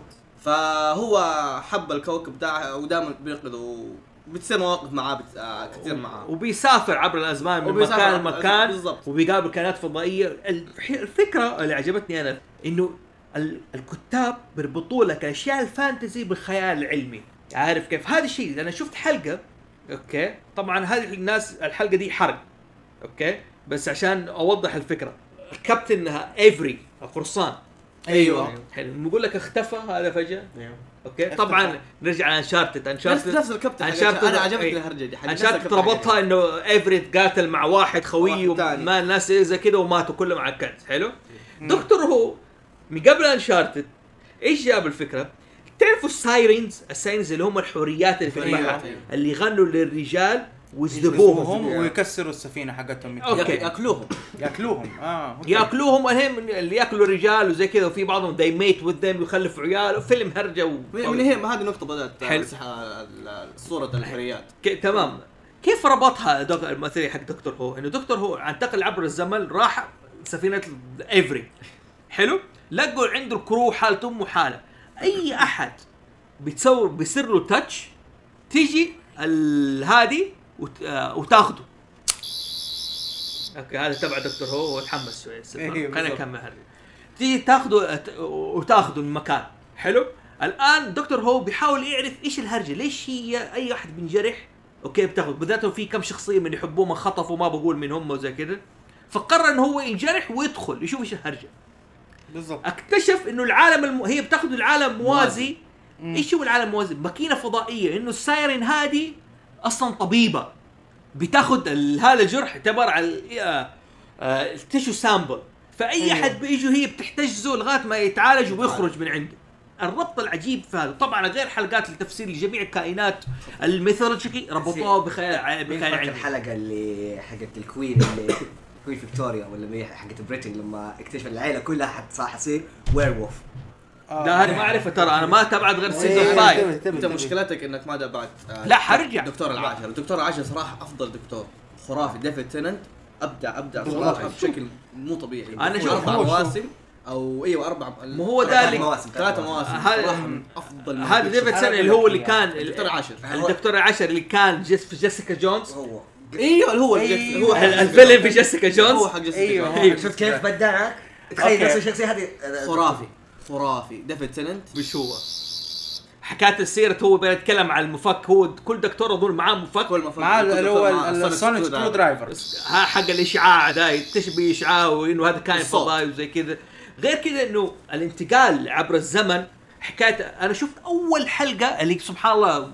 فهو حب الكوكب ده ودائما بينقذه بتصير مواقف معاه بت... آه كثير معاه
وبيسافر عبر الازمان من
وبيسافر
مكان
عبر
لمكان
بالضبط.
وبيقابل كائنات فضائيه الح- الفكره اللي عجبتني انا انه ال- الكتاب بيربطوا لك الاشياء الفانتزي بالخيال العلمي عارف كيف هذا الشيء انا شفت حلقه اوكي طبعا هذه الناس الحلقه دي حرق اوكي بس عشان اوضح الفكره الكابتن ايفري القرصان
أيوة.
ايوه
حلو نقول لك اختفى هذا فجاه
ايوه
اوكي طبعا نرجع لانشارتد
نعم. نفس
انشارتد
نفس الكابتن حق
انشارتد
انا عجبتني يعني.
إيه.
الهرجه دي حق- نفس
انشارتد
الكابتن حق-
ربطها انه ايفريت قاتل مع واحد خوي
واحد تاني.
وما الناس زي كذا وماتوا كلهم على الكنز حلو دكتور هو من قبل انشارتد ايش جاب الفكره؟ تعرفوا السايرينز السايرينز اللي هم الحوريات اللي في
أيوة.
البحر
أيوة.
اللي يغنوا للرجال
ويجذبوهم
يجذبوهم ويكسروا السفينه حقتهم
أوكي.
ياك- ياكلوهم
ياكلوهم اه أوكي.
ياكلوهم الحين اللي ياكلوا رجال وزي كذا وفي بعضهم they mate with them ويخلفوا عيال فيلم هرجه و...
من من هي هذه النقطه بدات
حلو.
صح- ال- ال- صوره الحريات
ك... تمام كيف ربطها دوك... المثلية حق دكتور هو انه دكتور هو انتقل عبر الزمن راح سفينه ايفري حلو لقوا عنده الكرو حالة امه حاله اي احد بيتصور بيصير له تاتش تيجي ال- هذه وت... آه، وتاخده اوكي هذا تبع دكتور هو هو تحمس شوي
إيه،
خلينا
بالضبط.
نكمل هذا تيجي تاخده وتاخده من مكان حلو الان دكتور هو بيحاول يعرف ايش الهرجه ليش هي اي احد بينجرح اوكي بتاخذ بالذات إنه في كم شخصيه من اللي يحبوه ما خطفوا ما بقول من هم وزي كذا فقرر انه هو ينجرح ويدخل يشوف ايش الهرجه
بالضبط
اكتشف انه العالم الم... هي بتاخذ العالم موازي
مم.
ايش هو العالم موازي ماكينه فضائيه انه السايرين هذه اصلا طبيبه بتاخذ ال- هذا الجرح تبر على ال- آه، آه، التيشو سامبل فاي
أيوة.
احد بيجوا هي بتحتجزه لغايه ما يتعالج ويخرج من عنده الربط العجيب في هذا طبعا غير حلقات لتفسير لجميع الكائنات الميثولوجية ربطوها بخيال
مين
ع- بخيال
فاكر
علمي
الحلقه اللي حقت الكوين اللي كوين فيكتوريا ولا مين حقت بريتن لما اكتشف العيله كلها حت- حتصير وير وولف
آه.
لا هذه ما اعرفها ترى انا ما تابعت غير سيزون
إيه،
5
انتبه، انتبه،
انت
انتبه.
مشكلتك انك ما تابعت آه،
لا، حرجع.
دكتور العاشر الدكتور العاشر صراحه افضل دكتور خرافي ديفيد تيننت ابدع ابدع
بالضبط.
صراحه بشكل مو طبيعي
أنا
هو
شوف-
اربع
هو شوف.
مواسم او ايوه اربع
ما هو ده اللي-
ثلاث مواسم
هذا-
صراحه من افضل
هذا
إيه.
ديفيد سن اللي هو اللي كان
الدكتور العاشر
الدكتور العاشر اللي كان جس في جيسيكا جونز
هو
ايوه اللي هو
أيوه.
جيسيكا- هو حق
ال-
جيسيكا
الفيلن إيوه. في
جونز.
جيسيكا
هو
جونز
حق جيسيكا
ايوه
جونز.
هو حق
شفت
جيسيكا.
كيف بدعك؟ تخيل
أوكي.
نفس الشخصيه هذه آه،
خرافي خرافي ديفيد تيننت
مش هو حكايه السيره هو بيتكلم على المفك هو كل دكتور اظن معاه مفك
كل ما فكر-
مع
كل
اللي هو
ما- مع
ال- السونيك سكرو درايفر
ها حق الاشعاع ده يكتشف اشعاع وانه هذا كائن
الصوت.
فضائي وزي كذا غير كذا انه الانتقال عبر الزمن حكايه انا شفت اول حلقه اللي سبحان الله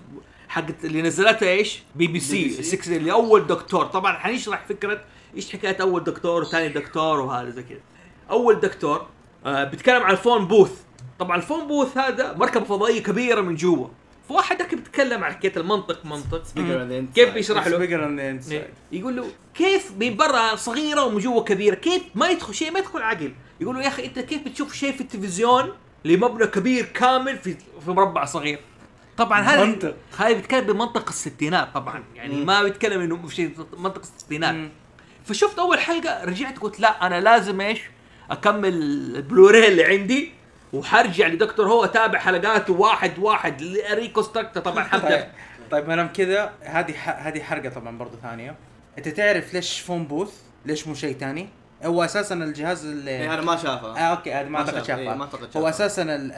حقت اللي نزلتها ايش؟ بي بي سي
BBC.
6 اللي اول دكتور طبعا حنشرح فكره ايش حكايه اول دكتور وثاني دكتور وهذا زي كذا اول دكتور آه بيتكلم عن فون بوث طبعا الفون بوث هذا مركبه فضائيه كبيره من جوا فواحد هيك بيتكلم عن حكايه المنطق منطق كيف بيشرح له؟
بيجر اون ذا انسايد
إيه، يقول له كيف من برا صغيره ومن جوا كبيره كيف ما يدخل شيء ما يدخل عقل يقول له يا اخي انت كيف بتشوف شيء في التلفزيون لمبنى كبير كامل في في مربع صغير طبعا هذا
منطق.
هذا بيتكلم بمنطق الستينات طبعا يعني ما بيتكلم انه في شيء منطق الستينات فشفت اول حلقه رجعت قلت لا انا لازم ايش اكمل البلوري اللي عندي وحرجع لدكتور هو اتابع حلقاته واحد واحد ريكونستركت طبعا
طيب
حبدا
طيب ما دام كذا هذه ح- هذه حرقه طبعا برضو ثانيه انت تعرف ليش فون بوث ليش مو شيء ثاني هو اساسا الجهاز اللي
انا إيه، ما شافه
آه اوكي هذا ما
ما
اعتقد
شاف- إيه، ما أعتقد
شافها هو
شافها.
اساسا ال-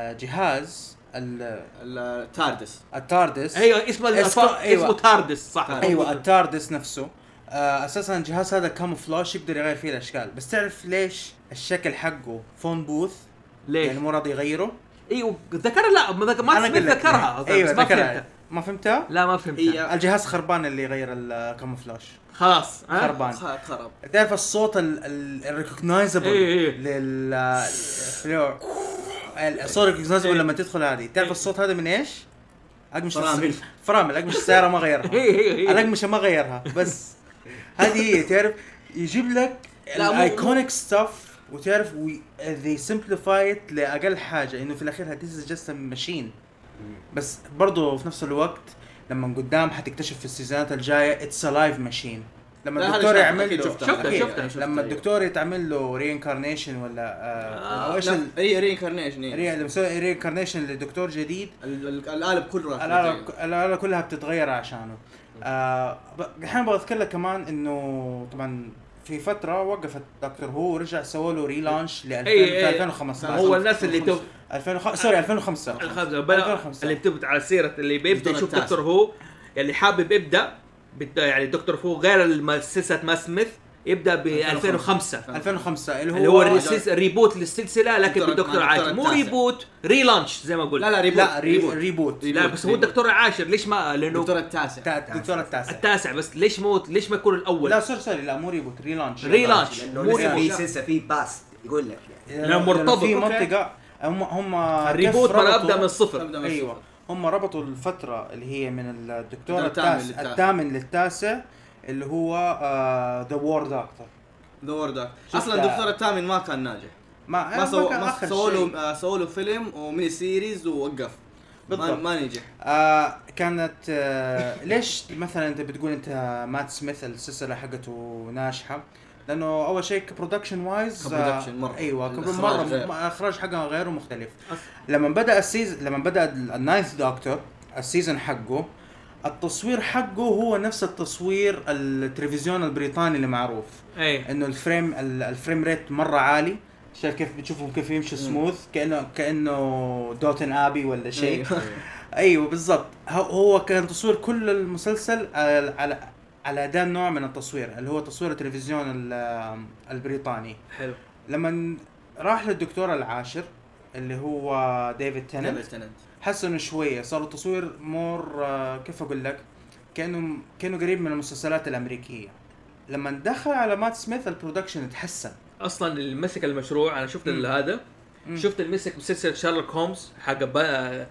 الجهاز ال-
التاردس
التاردس
ايوه اسمه
اسكو- أيوه.
اسمه تاردس صح
أيوه.
ايوه التاردس نفسه آه، اساسا الجهاز هذا كاموفلاج يقدر يغير فيه الاشكال بس تعرف ليش الشكل حقه فون بوث
ليش؟
يعني مو راضي يغيره
ايوه ذكرها لا ما ذك- ما
أنا
سمعت
أقول لك.
ذكرها بس
ايوه
ما
ذكرها
فهمتها
ما فهمتها
لا ما فهمتها
هي-
الجهاز خربان اللي يغير الكاموفلاج
خلاص ها؟
خربان
خرب
تعرف الصوت الريكوجنايزبل
إيه إيه.
لل فلو- الصوت
إيه.
الريكوجنايزبل لما تدخل هذه تعرف الصوت هذا من ايش؟ اقمش
فرامل.
الس- فرامل اقمش السياره ما غيرها
إيه إيه إيه.
الاقمشه ما غيرها بس هذه هي تعرف يجيب لك
لا، مو-
الايكونيك ستاف وتعرف ذي سمبليفايت لاقل حاجه انه في الاخير this is just a machine بس برضه في نفس الوقت لما قدام حتكتشف في السيزونات الجايه اتس لايف ماشين لما
لا، هذا
الدكتور
شفته،
يعمل
أكيد
له
شفته،
شفته،
أكيد.
شفته،
شفته،
لما
أيوه.
الدكتور يتعمل له رينكارنيشن ولا آه، او ايش ال-
ري رينكارنيشن
ري- لما يسوي رينكارنيشن لدكتور جديد
القالب كله
طيب.
راح
الآلة
يتغير.
الآلة كلها بتتغير عشانه. آه، ب- الحين ابغى اذكر لك كمان انه طبعا في فترة وقفت دكتور هو ورجع سووا له ريلانش ل
إيه، إيه.
2015
هو الناس اللي تو
2005 سوري 2005
الخمسة- بلا-
2005.
اللي بتبت على سيره اللي بيبدا
الدور
يشوف
التاسع.
دكتور هو اللي حابب يبدا بد- يعني دكتور هو غير المؤسسه ما سميث يبدا ب 2005
2005 اللي هو
اللي هو
الريس-
الريسيس- الريبوت للسلسله لكن
الدور-
بالدكتور
مع
عاشر
الدكتور
مو
التاسع.
ريبوت ريلانش زي ما اقول
لا لا ريبوت
لا ري- ريبوت
لا بس هو الدكتور العاشر ليش ما لانه
الدكتور التاسع
بتاع الدكتور التاسع
التاسع بس ليش مو ليش ما يكون الاول
لا سوري سوري لا مو ريبوت ريلانش
ريلانش.
لانه
مو
لسه في
ريبوت.
سلسله في باس يقول لك يعني
لا، مرتبط. أوكي.
في منطقة هم هم
الريبوت
كيف
انا
ربطوا-
ابدا من الصفر
أبدأ من
ايوه
الصفر.
هم ربطوا الفتره اللي هي من الدكتور
الدكتور الثامن
التاسع
للتاسع.
الثامن للتاسع اللي هو آه، ذا وور دكتور
ذا وور دارك
شفت-
اصلا الدكتور الثامن ما كان ناجح
آه، ما
ما سووا
كان
ما
آخر
سووا
شيء.
له آه، سووا له فيلم وميني سيريز ووقف ما-
بالضبط.
ما نجح
آه كانت آه ليش مثلا انت بتقول انت مات سميث السلسله حقته ناجحه؟ لانه اول شيء كبرودكشن وايز
كبرودكشن مرة.
ايوه كبر
الإخراج
مره
غير.
م- اخراج حقه غير ومختلف لما بدا السيز لما بدا الناينث دكتور السيزون حقه التصوير حقه هو نفس التصوير التلفزيون البريطاني المعروف
اي
انه الفريم ال- الفريم ريت مره عالي شايف كيف بتشوفهم كيف يمشي سموث كانه كانه دوتن ابي ولا شيء
أيوة. أيوه.
ايوه بالضبط هو- هو كان تصوير كل المسلسل على على على ده النوع من التصوير اللي هو تصوير التلفزيون ال- البريطاني
حلو
لما راح للدكتور العاشر اللي هو ديفيد تيننت
تنت
حسنوا شويه صار التصوير مور آه، كيف اقول لك كانه كانه قريب من المسلسلات الامريكيه لما دخل على مات سميث البرودكشن اتحسن
اصلا اللي مسك المشروع انا شفت ال- هذا
مم.
شفت اللي مسك مسلسل شارلوك هومز حق با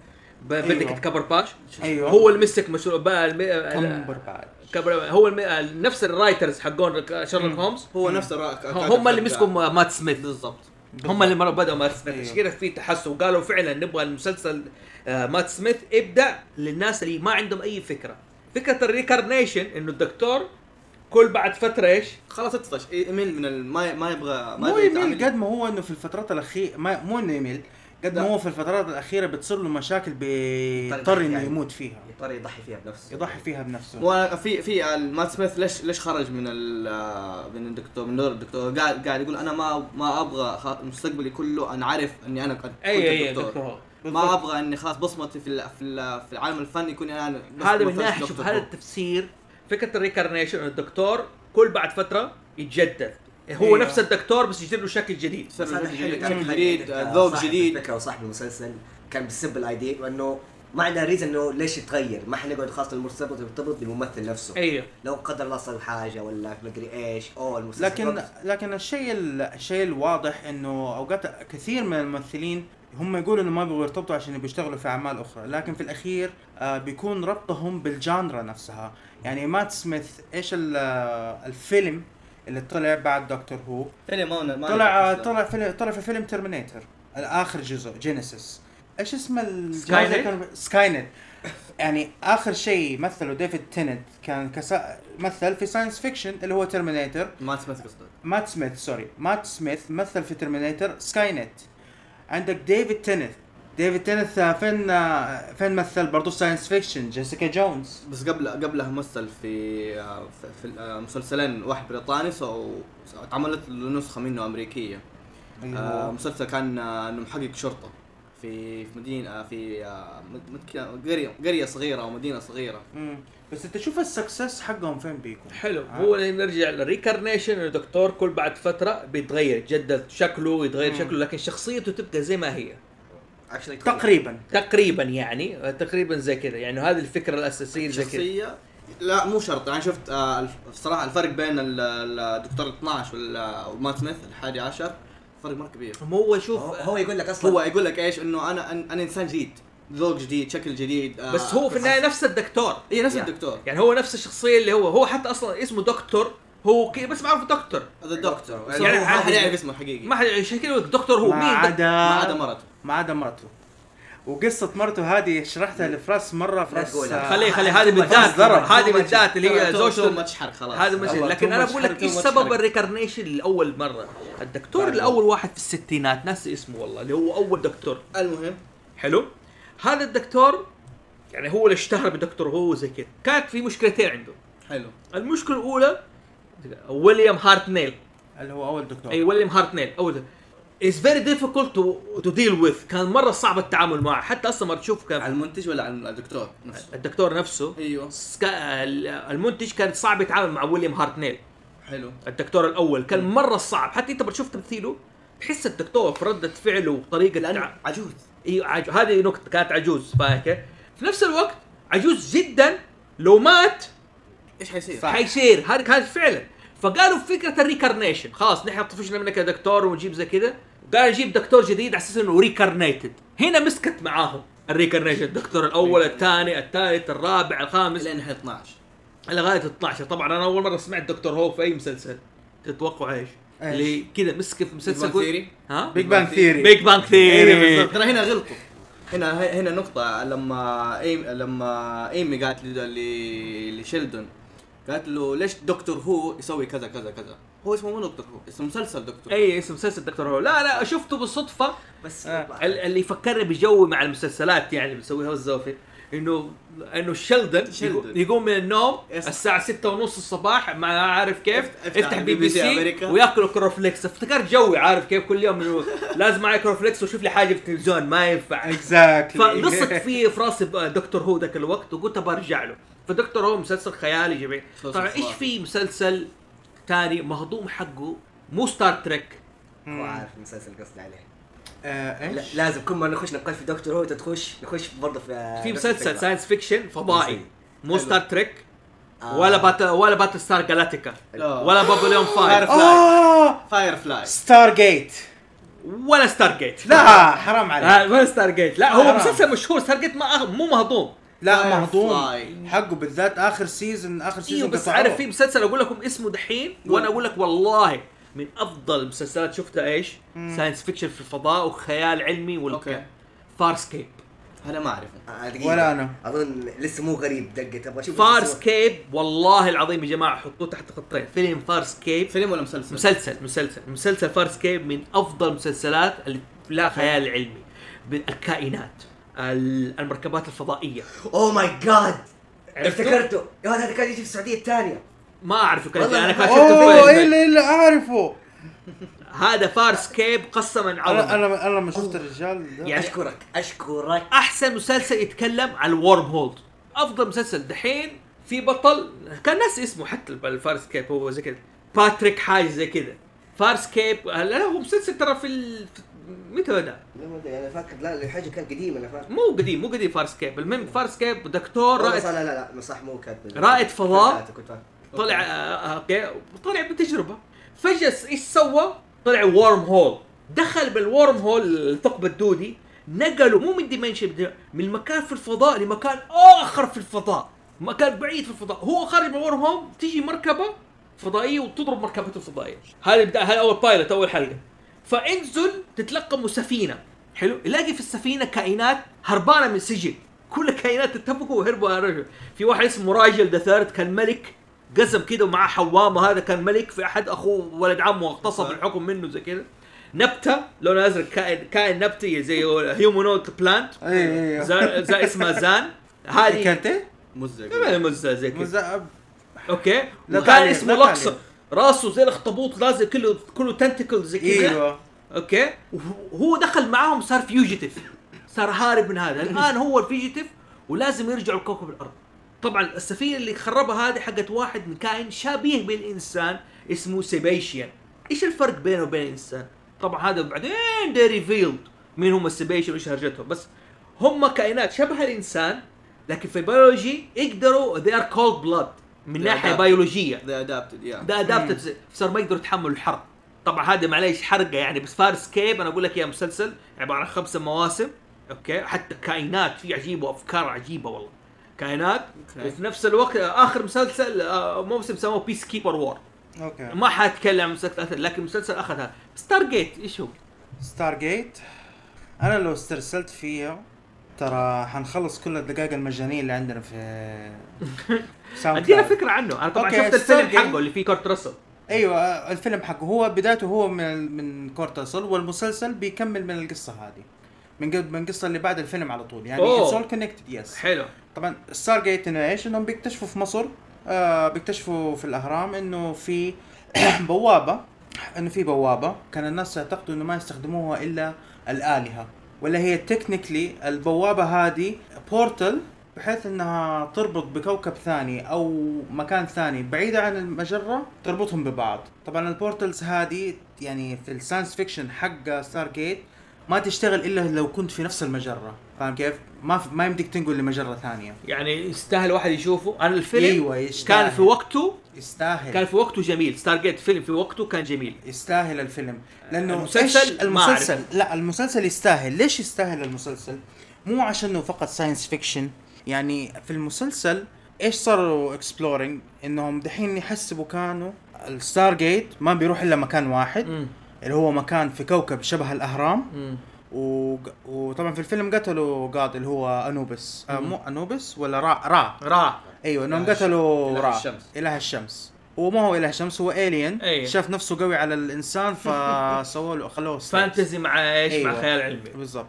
با
أيوة.
بندكت كبر باش
ايوه
هو اللي مسك مشروع با الم...
كمبر بعد
كبر هو الم... نفس الرايترز حقون شارلوك
مم.
هومز
هو نفس الرأ-
هم اللي مسكوا مات سميث
بالضبط
هم اللي مرة بدأوا مات سميث
أيوه.
عشان كذا في تحسن وقالوا فعلا نبغى المسلسل آه، مات سميث ابدع للناس اللي ما عندهم اي فكره فكره الريكارنيشن انه الدكتور كل بعد فتره ايش؟
خلاص اطفش ايميل من ال- ما ما يبغى ما
مو
يبغى
يميل
يتعامل.
قد ما هو انه في الفترات الاخيره ما مو انه يميل قد ما
لا.
هو في الفترات الاخيره بتصير له مشاكل بيضطر انه
يعني.
يموت فيها
يضطر يضحي فيها بنفسه
يضحي فيها بنفسه
وانا في في ال- مات سميث ليش ليش خرج من ال- من الدكتور من دور الدكتور قاعد قاعد يقول انا ما ما ابغى خ- مستقبلي كله انا عارف اني انا قد كنت
اي اي
دكتور.
دكتور هو.
ما ابغى اني خلاص بصمتي في ال- في ال- في العالم الفني يكون انا بس-
هذا من
بس
ناحيه
دكتور
شوف هذا
هو.
التفسير فكره الريكارنيشن انه الدكتور كل بعد فتره يتجدد هو
أيوة.
أيوه.
نفس الدكتور بس يجيب له شكل جديد
يصير
بس هذا
وجود
الحلو
جديد
كان
شكل
حق
جديد
إنك
ذوق
صاحب
جديد
الفكره وصاحب المسلسل كان بيسب الايديا وانه ما عندنا ريزن انه ليش يتغير ما حنقعد خاصه المرتبط يرتبط بالممثل نفسه
ايوه
لو قدر الله صار حاجه ولا مدري ايش او المسلسل
لكن
بالضبط.
لكن الشيء ال- الشيء الواضح انه اوقات كثير من الممثلين هم يقولوا انه ما يبغوا يرتبطوا عشان بيشتغلوا في اعمال اخرى لكن في الاخير آه بيكون ربطهم بالجانرا نفسها يعني مات سميث ايش ال- آه، الفيلم اللي طلع بعد دكتور هو
فيلم ما- ما
طلع
أصلاً.
طلع فيلم طلع في فيلم ترمينيتر اخر جزء جينيسيس ايش اسم
Skynet؟
الجزء سكاينت يعني اخر شيء مثله ديفيد تينت كان كسا... مثل في ساينس فيكشن اللي هو ترمينيتر
مات سميث قصدك
مات سميث سوري مات سميث مثل في ترمينيتر سكاي نت عندك ديفيد تينت ديفيد تينت آه، فين آه، فين مثل برضه ساينس فيكشن جيسيكا جونز
بس قبل قبلها مثل في آه، في- في آه، مسلسلين واحد بريطاني سو سو- اتعملت له نسخه منه امريكيه
اللي
آه،
هو
مسلسل كان آه، انه محقق شرطه في في مدينه آه، في آه، مد- مد- قريه قريه صغيره او مدينه صغيره
مم. بس انت شوف السكسس حقهم فين بيكون
حلو
آه.
هو نرجع للريكارنيشن انه الدكتور كل بعد فتره بيتغير يتجدد شكله يتغير
مم.
شكله لكن شخصيته تبقى زي ما هي
Actually
تقريبا
تقريبا يعني تقريبا زي كذا يعني هذه الفكره الاساسيه زي كذا
شخصيه لا مو شرط يعني شفت آه، الف- الصراحه الفرق بين ال- ال- الدكتور 12 وال- آه، ومات سميث الحادي عشر فرق مره كبير
هم هو شوف
هو, هو يقول لك اصلا
هو يقول لك ايش انه انا انا أنا انسان جديد ذوق جديد شكل جديد آه،
بس هو في النهايه نفس الدكتور
اي إيه، نفس
Yeah.
الدكتور
يعني هو نفس الشخصيه اللي هو هو حتى اصلا اسمه دكتور هو كي بس معروف دكتور
هذا الدكتور
يعني
يعني ما
عادي.
حد يعرف اسمه حقيقي
ما
ما
حد عشان كذا الدكتور هو
ما
مين دك-
عدا
عدا مرته
ما عدا مرته وقصة مرته هذه شرحتها لفراس مرة فراس
تقولها.
آه،
خليه خليه هذه بالذات
ضرب.
هذه بالذات اللي هي
ما
زوجته
تشحر خلاص
هذا مش
والله
لكن
too
انا
much
بقول لك
حرق،
ايش
too much
سبب
حرق.
الريكارنيشن لاول مره الدكتور
بعد.
الاول واحد في الستينات ناسي اسمه والله اللي هو اول دكتور
المهم
حلو هذا الدكتور يعني هو اللي اشتهر بدكتور هو زي كذا كانت في مشكلتين عنده
حلو
المشكله الاولى ويليام هارتنيل
اللي هو اول دكتور
اي ويليام هارتنيل اول از فيري ديفيكولت تو ديل وذ كان مره صعب التعامل معه حتى اصلا ما تشوف
على
كان
المنتج ولا على الدكتور نفسه
الدكتور نفسه
ايوه
سكا- ال- المنتج كان صعب يتعامل مع ويليام هارتنيل
حلو
الدكتور الاول كان مره صعب حتى انت بتشوف تمثيله تحس الدكتور في رده فعله وطريقه تع...
لانه عجوز
ايوه عج... هذه نقطه كانت عجوز فاكر في نفس الوقت عجوز جدا لو مات
ايش حيصير؟
حيصير هذا كان فعلا فقالوا فكره الريكارنيشن خلاص نحن طفشنا منك يا دكتور ونجيب زي كذا قال نجيب دكتور جديد على اساس انه ريكارنيتد هنا مسكت معاهم الريكارنيشن الدكتور الاول الثاني الثالث الرابع الخامس
لين نحن 12
لغايه 12 طبعا انا اول مره سمعت دكتور هو في اي مسلسل تتوقع ايش؟
إيش؟
اللي كذا مسك في مسلسل
Bang
قول-
Theory؟
ها؟
بيج بانج ثيري
بيج بانج
إيه،
ثيري
بالضبط.
ترى هنا غلطوا هنا هنا نقطة لما ايم لما ايمي قالت ل- ل- لشيلدون قالت له ليش دكتور هو يسوي كذا كذا كذا هو اسمه مو دكتور هو اسمه مسلسل دكتور
اي اسم مسلسل دكتور هو لا لا شفته بالصدفه
بس
آه.
ال- اللي فكرني بجوي مع المسلسلات يعني اللي بيسويها الزوفي انه انه شيلدون
شيلدون.
يقوم من النوم
يس.
الساعه 6 ونص الصباح ما عارف كيف
افتح
افتح بي بي سي
أمريكا.
وياكل كروفليكس افتكرت جوي عارف كيف كل يوم إنه لازم معي كروفليكس واشوف لي حاجه في التلفزيون ما ينفع
اكزاكتلي
فلصق في في راسي ب- دكتور هو ذاك الوقت وقلت برجع له فدكتور هو مسلسل خيالي جميل
مسلسل
طبعا ايش
خرافي.
في مسلسل تاني مهضوم حقه مو ستار تريك
هو عارف المسلسل قصدي عليه لا
ايش؟
لازم كل ما نخش نقاش في دكتور هو تخش نخش برضه في آه،
في مسلسل ساينس فيكشن فضائي مو
حلو.
ستار تريك
آه.
ولا بات ولا بات ستار جالاكتيكا
لا.
ولا بابليون 5
عارف.
اه
فاير فلاي
ستار جيت
ولا ستار جيت
لا حرام عليك
آه، ولا ستار جيت لا هو
حرام.
مسلسل مشهور ستار جيت ما مو مهضوم
لا
Firefly.
مهضوم حقه بالذات اخر سيزون اخر سيزون
ايوه بس
قطعوه.
عارف في مسلسل اقول لكم اسمه دحين وانا اقول لك والله من افضل المسلسلات شفتها ايش؟ ساينس فيكشن في الفضاء وخيال علمي وال
أوكي.
فارسكيب
انا ما اعرفه
آه، دقيقة.
ولا أنا.
اظن لسه مو غريب دقت ابغى اشوف
فارسكيب والله العظيم يا جماعه حطوه تحت خطين فيلم فارسكيب
فيلم ولا مسلسل؟
مسلسل مسلسل مسلسل فارس كيب من افضل المسلسلات اللي لا خيال علمي بالكائنات المركبات الفضائية
اوه ماي جاد
عرفته؟
Oh افتكرته يا ولد هذا كان يجي في السعوديه الثانية
ما اعرف كان
والله
انا كان شفته
اوه
فيلم
الا الا اعرفه
هذا فارس كيب قسما
انا
عظمه
انا انا لما شفت الرجال ده
يعني-
اشكرك اشكرك
احسن مسلسل يتكلم عن الورم هولد افضل مسلسل دحين في بطل كان ناس اسمه حتى الفارس كيب هو زي كذا باتريك حاجه زي كذا فارس كيب لا هو مسلسل ترى في ال... في- متى بدا؟
لا ما ادري انا فاكر لا الحاجه كان قديمه انا فاكر
مو قديم مو قديم فارس كيب المهم فارس كيب دكتور
والله
رائد
صح- لا لا لا صح مو كاتب
رائد فضاء.
كنت فاكر.
طلع آه، اوكي طلع بتجربه فجاه س- ايش سوى؟ طلع وورم هول دخل بالورم هول الثقب الدودي نقله مو من ديمنشن من مكان في الفضاء لمكان اخر في الفضاء مكان بعيد في الفضاء هو خارج من الورم هول تيجي مركبه فضائيه وتضرب مركبته الفضائيه هذا البدا- هذا اول بايلوت اول حلقه فانزل تتلقموا سفينه حلو يلاقي في السفينه كائنات هربانه من سجن كل الكائنات اتفقوا وهربوا على الرجل في واحد اسمه راجل ذا ثيرد كان ملك قسم كده ومعاه حوامه هذا كان ملك في احد اخوه ولد عمه اغتصب الحكم منه زي كده نبته لونه ازرق كائن كائن نبتي زي هيومانويد بلانت
اي اي
زي, زي اسمها زان هذه
إيه، كانت إيه؟
مزق
مزة زي كده
مزعب
اوكي
لا
وكان
تعليق،
اسمه
لا
لقصه
تعليق.
راسه زي الاخطبوط لازم كله كله تنتكل زي كذا
ايوه
اوكي وهو دخل معاهم صار فيوجيتيف صار هارب من هذا الان هو الفيوجيتيف ولازم يرجعوا لكوكب الارض طبعا السفينه اللي خربها هذه حقت واحد من كائن شبيه بالانسان اسمه سيبيشيان ايش الفرق بينه وبين الانسان طبعا هذا بعدين دي ريفيلد مين هم السيبيشيان وايش هرجتهم بس هم كائنات شبه الانسان لكن في البيولوجي يقدروا they are cold blood من
They
ناحيه
adapt.
بيولوجيه
ذا ادابتد يا
ده ادابتد صار ما يقدروا يتحملوا الحر طبعا هذا معليش حرقه يعني بس فارس كيب انا اقول لك يا مسلسل عباره عن خمسه مواسم اوكي حتى كائنات في عجيبه وافكار عجيبه والله كائنات
أوكي.
وفي نفس الوقت آه، اخر مسلسل آه، موسم سموه بيس كيبر وور
اوكي
ما حاتكلم عن مسلسل أكثر، لكن المسلسل اخذها ستار جيت ايش هو؟
ستار جيت انا لو استرسلت فيها ترى حنخلص كل الدقائق المجانيه اللي عندنا في ساوند
ادينا
كلاود.
فكره عنه انا طبعا
أوكي،
شفت
ستار
الفيلم
جيت.
حقه اللي فيه كورت راسل
ايوه الفيلم حقه هو بدايته هو من من كورتاسل والمسلسل بيكمل من القصه هذه من قبل من القصه اللي بعد الفيلم على طول يعني
أوه.
اتس اول كونكتد يس
حلو
طبعا ستار جيت انه ايش؟ انهم بيكتشفوا في مصر آه بيكتشفوا في الاهرام انه في بوابه انه في بوابه كان الناس يعتقدوا انه ما يستخدموها الا الالهه ولا هي تكنيكلي البوابه هذه بورتل بحيث انها تربط بكوكب ثاني او مكان ثاني بعيدة عن المجرة تربطهم ببعض طبعا البورتلز هذه يعني في الساينس فيكشن حق ستار جيت ما تشتغل الا لو كنت في نفس المجرة فاهم كيف؟ ما في ما يمديك تنقل لمجرة ثانية
يعني يستاهل واحد يشوفه انا الفيلم
أيوة،
كان
يستاهل.
في وقته
يستاهل
كان في وقته جميل ستار جيت فيلم في وقته كان جميل
يستاهل الفيلم لانه
المسلسل
إيش
ما أعرف.
المسلسل لا المسلسل يستاهل ليش يستاهل المسلسل مو عشان انه فقط ساينس فيكشن يعني في المسلسل ايش صاروا اكسبلورينج انهم دحين يحسبوا كانوا الستار جيت ما بيروح الا مكان واحد
مم.
اللي هو مكان في كوكب شبه الاهرام
مم.
و... وطبعا في الفيلم قتلوا جاد اللي هو انوبس آه مو انوبس ولا را را
را
ايوه انهم
إله الش-
قتلوا
إله
را
الشمس.
اله الشمس هو ما هو اله الشمس هو الين
أيوة.
شاف نفسه قوي على الانسان فسووا له خلوه slave.
فانتزي مع ايش مع
أيوة.
خيال علمي
بالضبط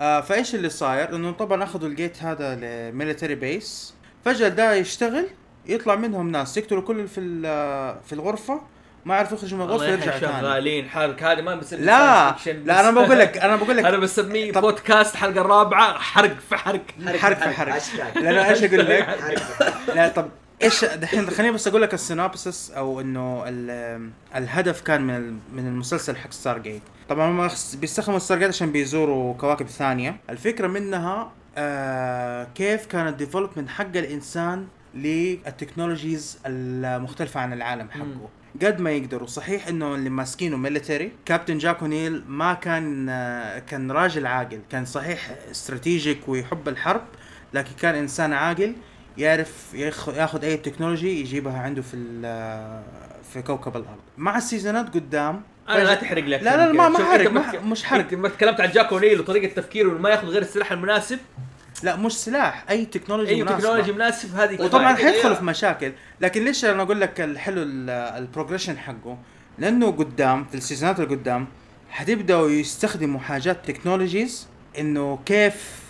آه فايش اللي صاير انه طبعا اخذوا الجيت هذا لميلتري بيس فجاه ده يشتغل يطلع منهم ناس يقتلوا كل اللي في ال- في الغرفه ما يعرفوا يخرجوا من
الله
الغرفه يرجع
يحييك
ثاني
شغالين حالك هذه ما بسميه
لا
science fiction
لا انا
بس-
بقول لك انا بقول لك
انا بسميه
طب-
بودكاست الحلقه الرابعه حرق في حرق
حرق في حرق
هاشتاج.
لانه ايش اقول لك
حرق في حرق.
لا طب ايش دحين خليني بس اقول لك السينابسس او انه ال- الهدف كان من ال- من المسلسل حق ستار جيت طبعا هم بيستخدموا ستار جيت عشان بيزوروا كواكب ثانيه الفكره منها آه كيف كان الديفلوبمنت حق الانسان للتكنولوجيز المختلفه عن العالم حقه قد ما يقدروا صحيح انه اللي ماسكينه ميليتري كابتن جاك اونيل ما كان آه، كان راجل عاقل كان صحيح استراتيجيك ويحب الحرب لكن كان انسان عاقل يعرف يخ- ياخذ اي تكنولوجي يجيبها عنده في ال- في كوكب الارض مع السيزونات قدام
انا لا تحرق لك
لا لا، ما- ما
شوف،
حرق،
أنت
ما
بتك-
ح- مش حرق.
أنت ما تكلمت عن جاك اونيل وطريقه تفكيره انه ما ياخذ غير السلاح المناسب
لا مش سلاح اي تكنولوجي
اي
مناسبة.
تكنولوجي مناسب هذه
وطبعا
كفاية.
حيدخلوا في مشاكل لكن ليش انا اقول لك الحلو ال- البروجريشن حقه لانه قدام في السيزونات اللي قدام حتبداوا يستخدموا حاجات تكنولوجيز انه كيف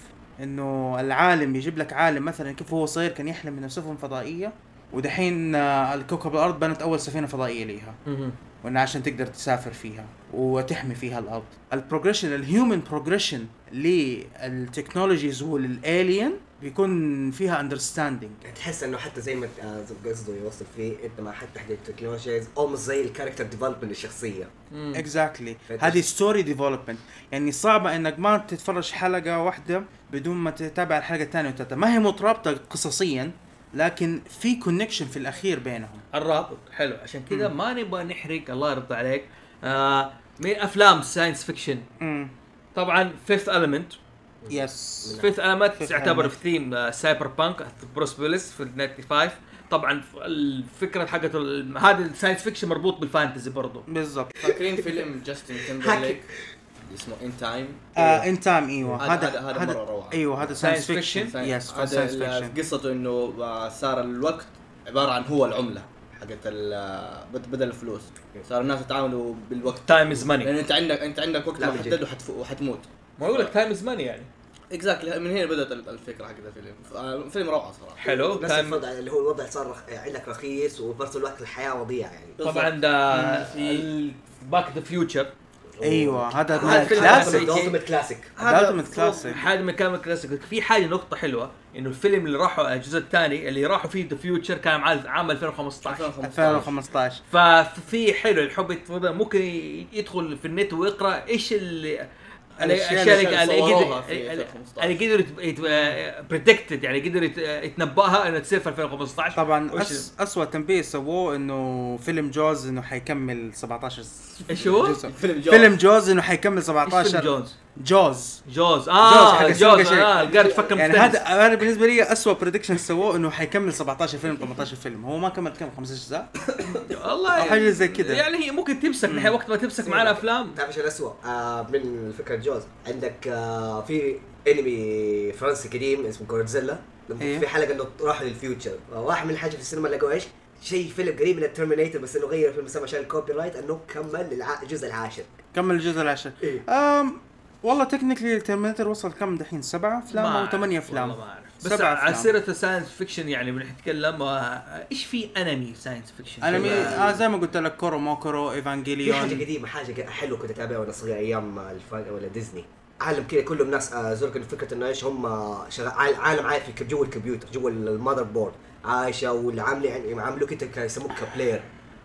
انه العالم يجيب لك عالم مثلا كيف هو صغير كان يحلم انه سفن فضائيه ودحين آه، الكوكب الارض بنت اول سفينه فضائيه ليها
مهم.
وانها عشان تقدر تسافر فيها وتحمي فيها الارض البروجريشن الهيومن بروجريشن للتكنولوجيز وللالين بيكون فيها اندرستاندينج
تحس انه حتى زي ما آه، قصده يوصل فيه انت مع حتى حق التكنولوجيز اولموست زي الكاركتر ديفلوبمنت للشخصيه
مم.
اكزاكتلي
فدش.
هذه ستوري ديفلوبمنت يعني صعبه انك ما تتفرج حلقه واحده بدون ما تتابع الحلقه الثانيه والثالثه ما هي مترابطه قصصيا لكن في كونكشن في الاخير بينهم
الرابط حلو عشان كذا ما نبغى نحرق الله يرضى عليك آه من افلام ساينس فيكشن
امم
طبعا فيفث المنت
يس
فيث المنت
Fifth
يعتبر
Element.
في ثيم سايبر بانك بروس ويلس آه، في 95 طبعا الفكره حقته ال- هذا الساينس فيكشن مربوط بالفانتزي برضو
بالضبط
فاكرين فيلم جاستن تمبرليك اسمه ان تايم
ان تايم ايوه
هذا-
هذا
هذا- هذا مرة روعة.
ايوه هذا
Science
ساينس فيكشن
fiction.
يس ساينس فيكشن
قصته انه آه، صار الوقت عباره عن هو العمله حقت ال- آه، بد- بدل الفلوس صار الناس يتعاملوا بالوقت
تايم از ماني
لان انت عندك انت عندك وقت
لا، من
محدد
جد.
وحتف- وحتموت
ما اقول لك تايم از ماني يعني
اكزاكتلي من هنا بدات ال- الفكره حقت الفيلم ف- آه، فيلم روعه صراحه
حلو
نفس
تايم
الوضع اللي هو الوضع صار رخ- عندك رخيص وفي نفس الوقت الحياه وضيعه يعني
طبعا ده باك ذا فيوتشر
ايوه هذا
أيوة. هذا فيلم
كلاسيك
الالتيميت كلاسيك
هذا
هذا
من كلاسيك
حاجه من كلام الكلاسيك في حاجه نقطه حلوه انه الفيلم اللي راحوا الجزء الثاني اللي راحوا فيه ذا فيوتشر كان عام عام 2015
2015
2015
ففي حلو الحب يتفضل ممكن يدخل في النت ويقرا ايش اللي
الأشياء
الاشياء اللي
اللي
اللي
صوروها
قدر-
في
اللي-
2015.
اللي قدروا بريدكتد يعني قدروا يت- يتنبأها انها تصير في 2015
طبعا
وش-
أس اسوء تنبيه سووه انه فيلم جوز انه حيكمل 17 س-
ايش هو؟
جزء.
فيلم جوز
فيلم جوز انه حيكمل 17
ايش فيلم جونز؟
جوز
جوز
جوز
اه
حق
جوز,
السوق
جوز.
شيء.
آه قاعد تفكر
يعني
يعني هذا
هذا انا بالنسبه لي اسوء بريدكشن سووه انه حيكمل 17 فيلم 18 فيلم هو ما كمل كم 15 اجزاء
والله
أو حاجة زي كده.
يعني هي ممكن تمسك نحن وقت ما تمسك معنا افلام
تعرف ايش الاسوء؟ آه من فكره جوز عندك آه في انمي فرنسي قديم اسمه جودزيلا لما
إيه.
في حلقه انه راحوا للفيوتشر راح من الحاجه في السينما لقوا ايش؟ شيء فيلم قريب من الترمينيتر بس انه غير فيلم سما عشان الكوبي رايت انه كمل للع- الجزء العاشر
كمل الجزء العاشر
إيه.
أم والله تكنيكلي الترمينتر وصل كم دحين سبعة افلام
ما
او ثمانية
أعرف، والله
افلام
ما أعرف. بس
سبعة
على
أفلام.
سيره الساينس فيكشن يعني بنتكلم آه، ايش في انمي ساينس فيكشن؟
انا مي...
شيء-
آه زي ما قلت لك كورو موكورو
في حاجه
ايفانجيليون
قديمه حاجه ق- حلوه كنت اتابعها وانا صغير ايام الفرق ولا ديزني عالم كذا كلهم ناس آه زرق فكره انه ايش هم شغال عال- عالم عايش في الك- جوا الكمبيوتر جوا المذر بورد عايشه والعامله يعني عاملوك انت ك- يسموك كبلاير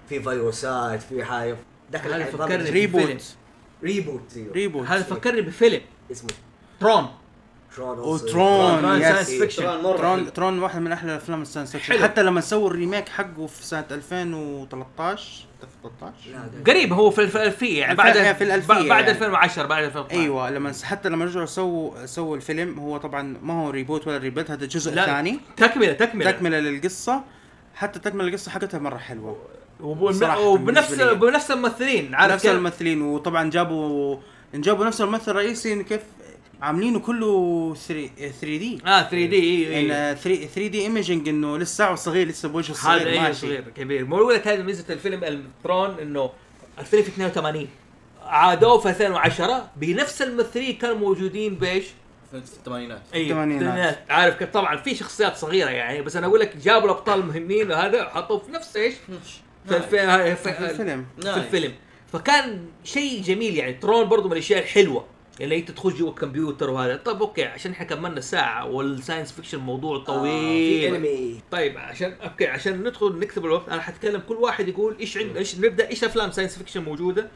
في فيروسات في يعني حاجه دخل
هذا
الحيطان
فكرني
ري-
ريبوت
ريبوت زيرو.
ريبوت
هذا فكرني بفيلم
اسمه آه،
ترون
ترون
أو
also.
ترون،
ترون
يس.
science fiction.
ترون مرة حلو.
ترون ترون واحد من احلى الافلام الساينس فيكشن
حلو.
حتى لما سووا الريميك حقه في سنه 2013
لا،
نعم.
13
قريب هو في الف- الالفيه يعني بعد
في الألفية
ب- بعد
يعني.
2010 بعد 2012
ايوه لما س- حتى لما رجعوا سووا سووا الفيلم هو طبعا ما هو ريبوت ولا ريبوت هذا الجزء
لا.
الثاني
تكمله تكمله
تكمله للقصه حتى تكمله القصه حقتها مره حلوه
وب-
صراحة
وبنفس
بالنسبة لي.
بنفس الممثلين عارف
نفس
كيف؟
الممثلين وطبعا جابوا جابوا نفس الممثل الرئيسي إن كيف عاملينه كله 3 دي
اه 3 دي ايوه
يعني 3 دي ايمجنج انه لسه ساعه صغير لسه بوجهه
هذا
الصغير
ايوه
ماشي
صغير كبير ما اقول لك هذه ميزه الفيلم الترون انه الفيلم في 82 عادوه في 2010 بنفس الممثلين كانوا موجودين بايش؟
في الثمانينات
ايوه
الثمانينات.
الثمانينات. عارف كيف طبعا في شخصيات صغيره يعني بس انا اقول لك جابوا الابطال المهمين وهذا وحطوه في نفس ايش؟ في,
نايس.
في, في,
في الفيلم
في
نايس.
الفيلم فكان شيء جميل يعني ترون برضو من الاشياء الحلوه اللي انت تخش جوا الكمبيوتر وهذا طب اوكي عشان احنا كملنا ساعه والساينس فيكشن موضوع
آه، في
طويل
انمي
طيب عشان اوكي عشان ندخل نكتب الوقت انا حتكلم كل واحد يقول ايش عند ايش نبدا ايش افلام ساينس فيكشن موجوده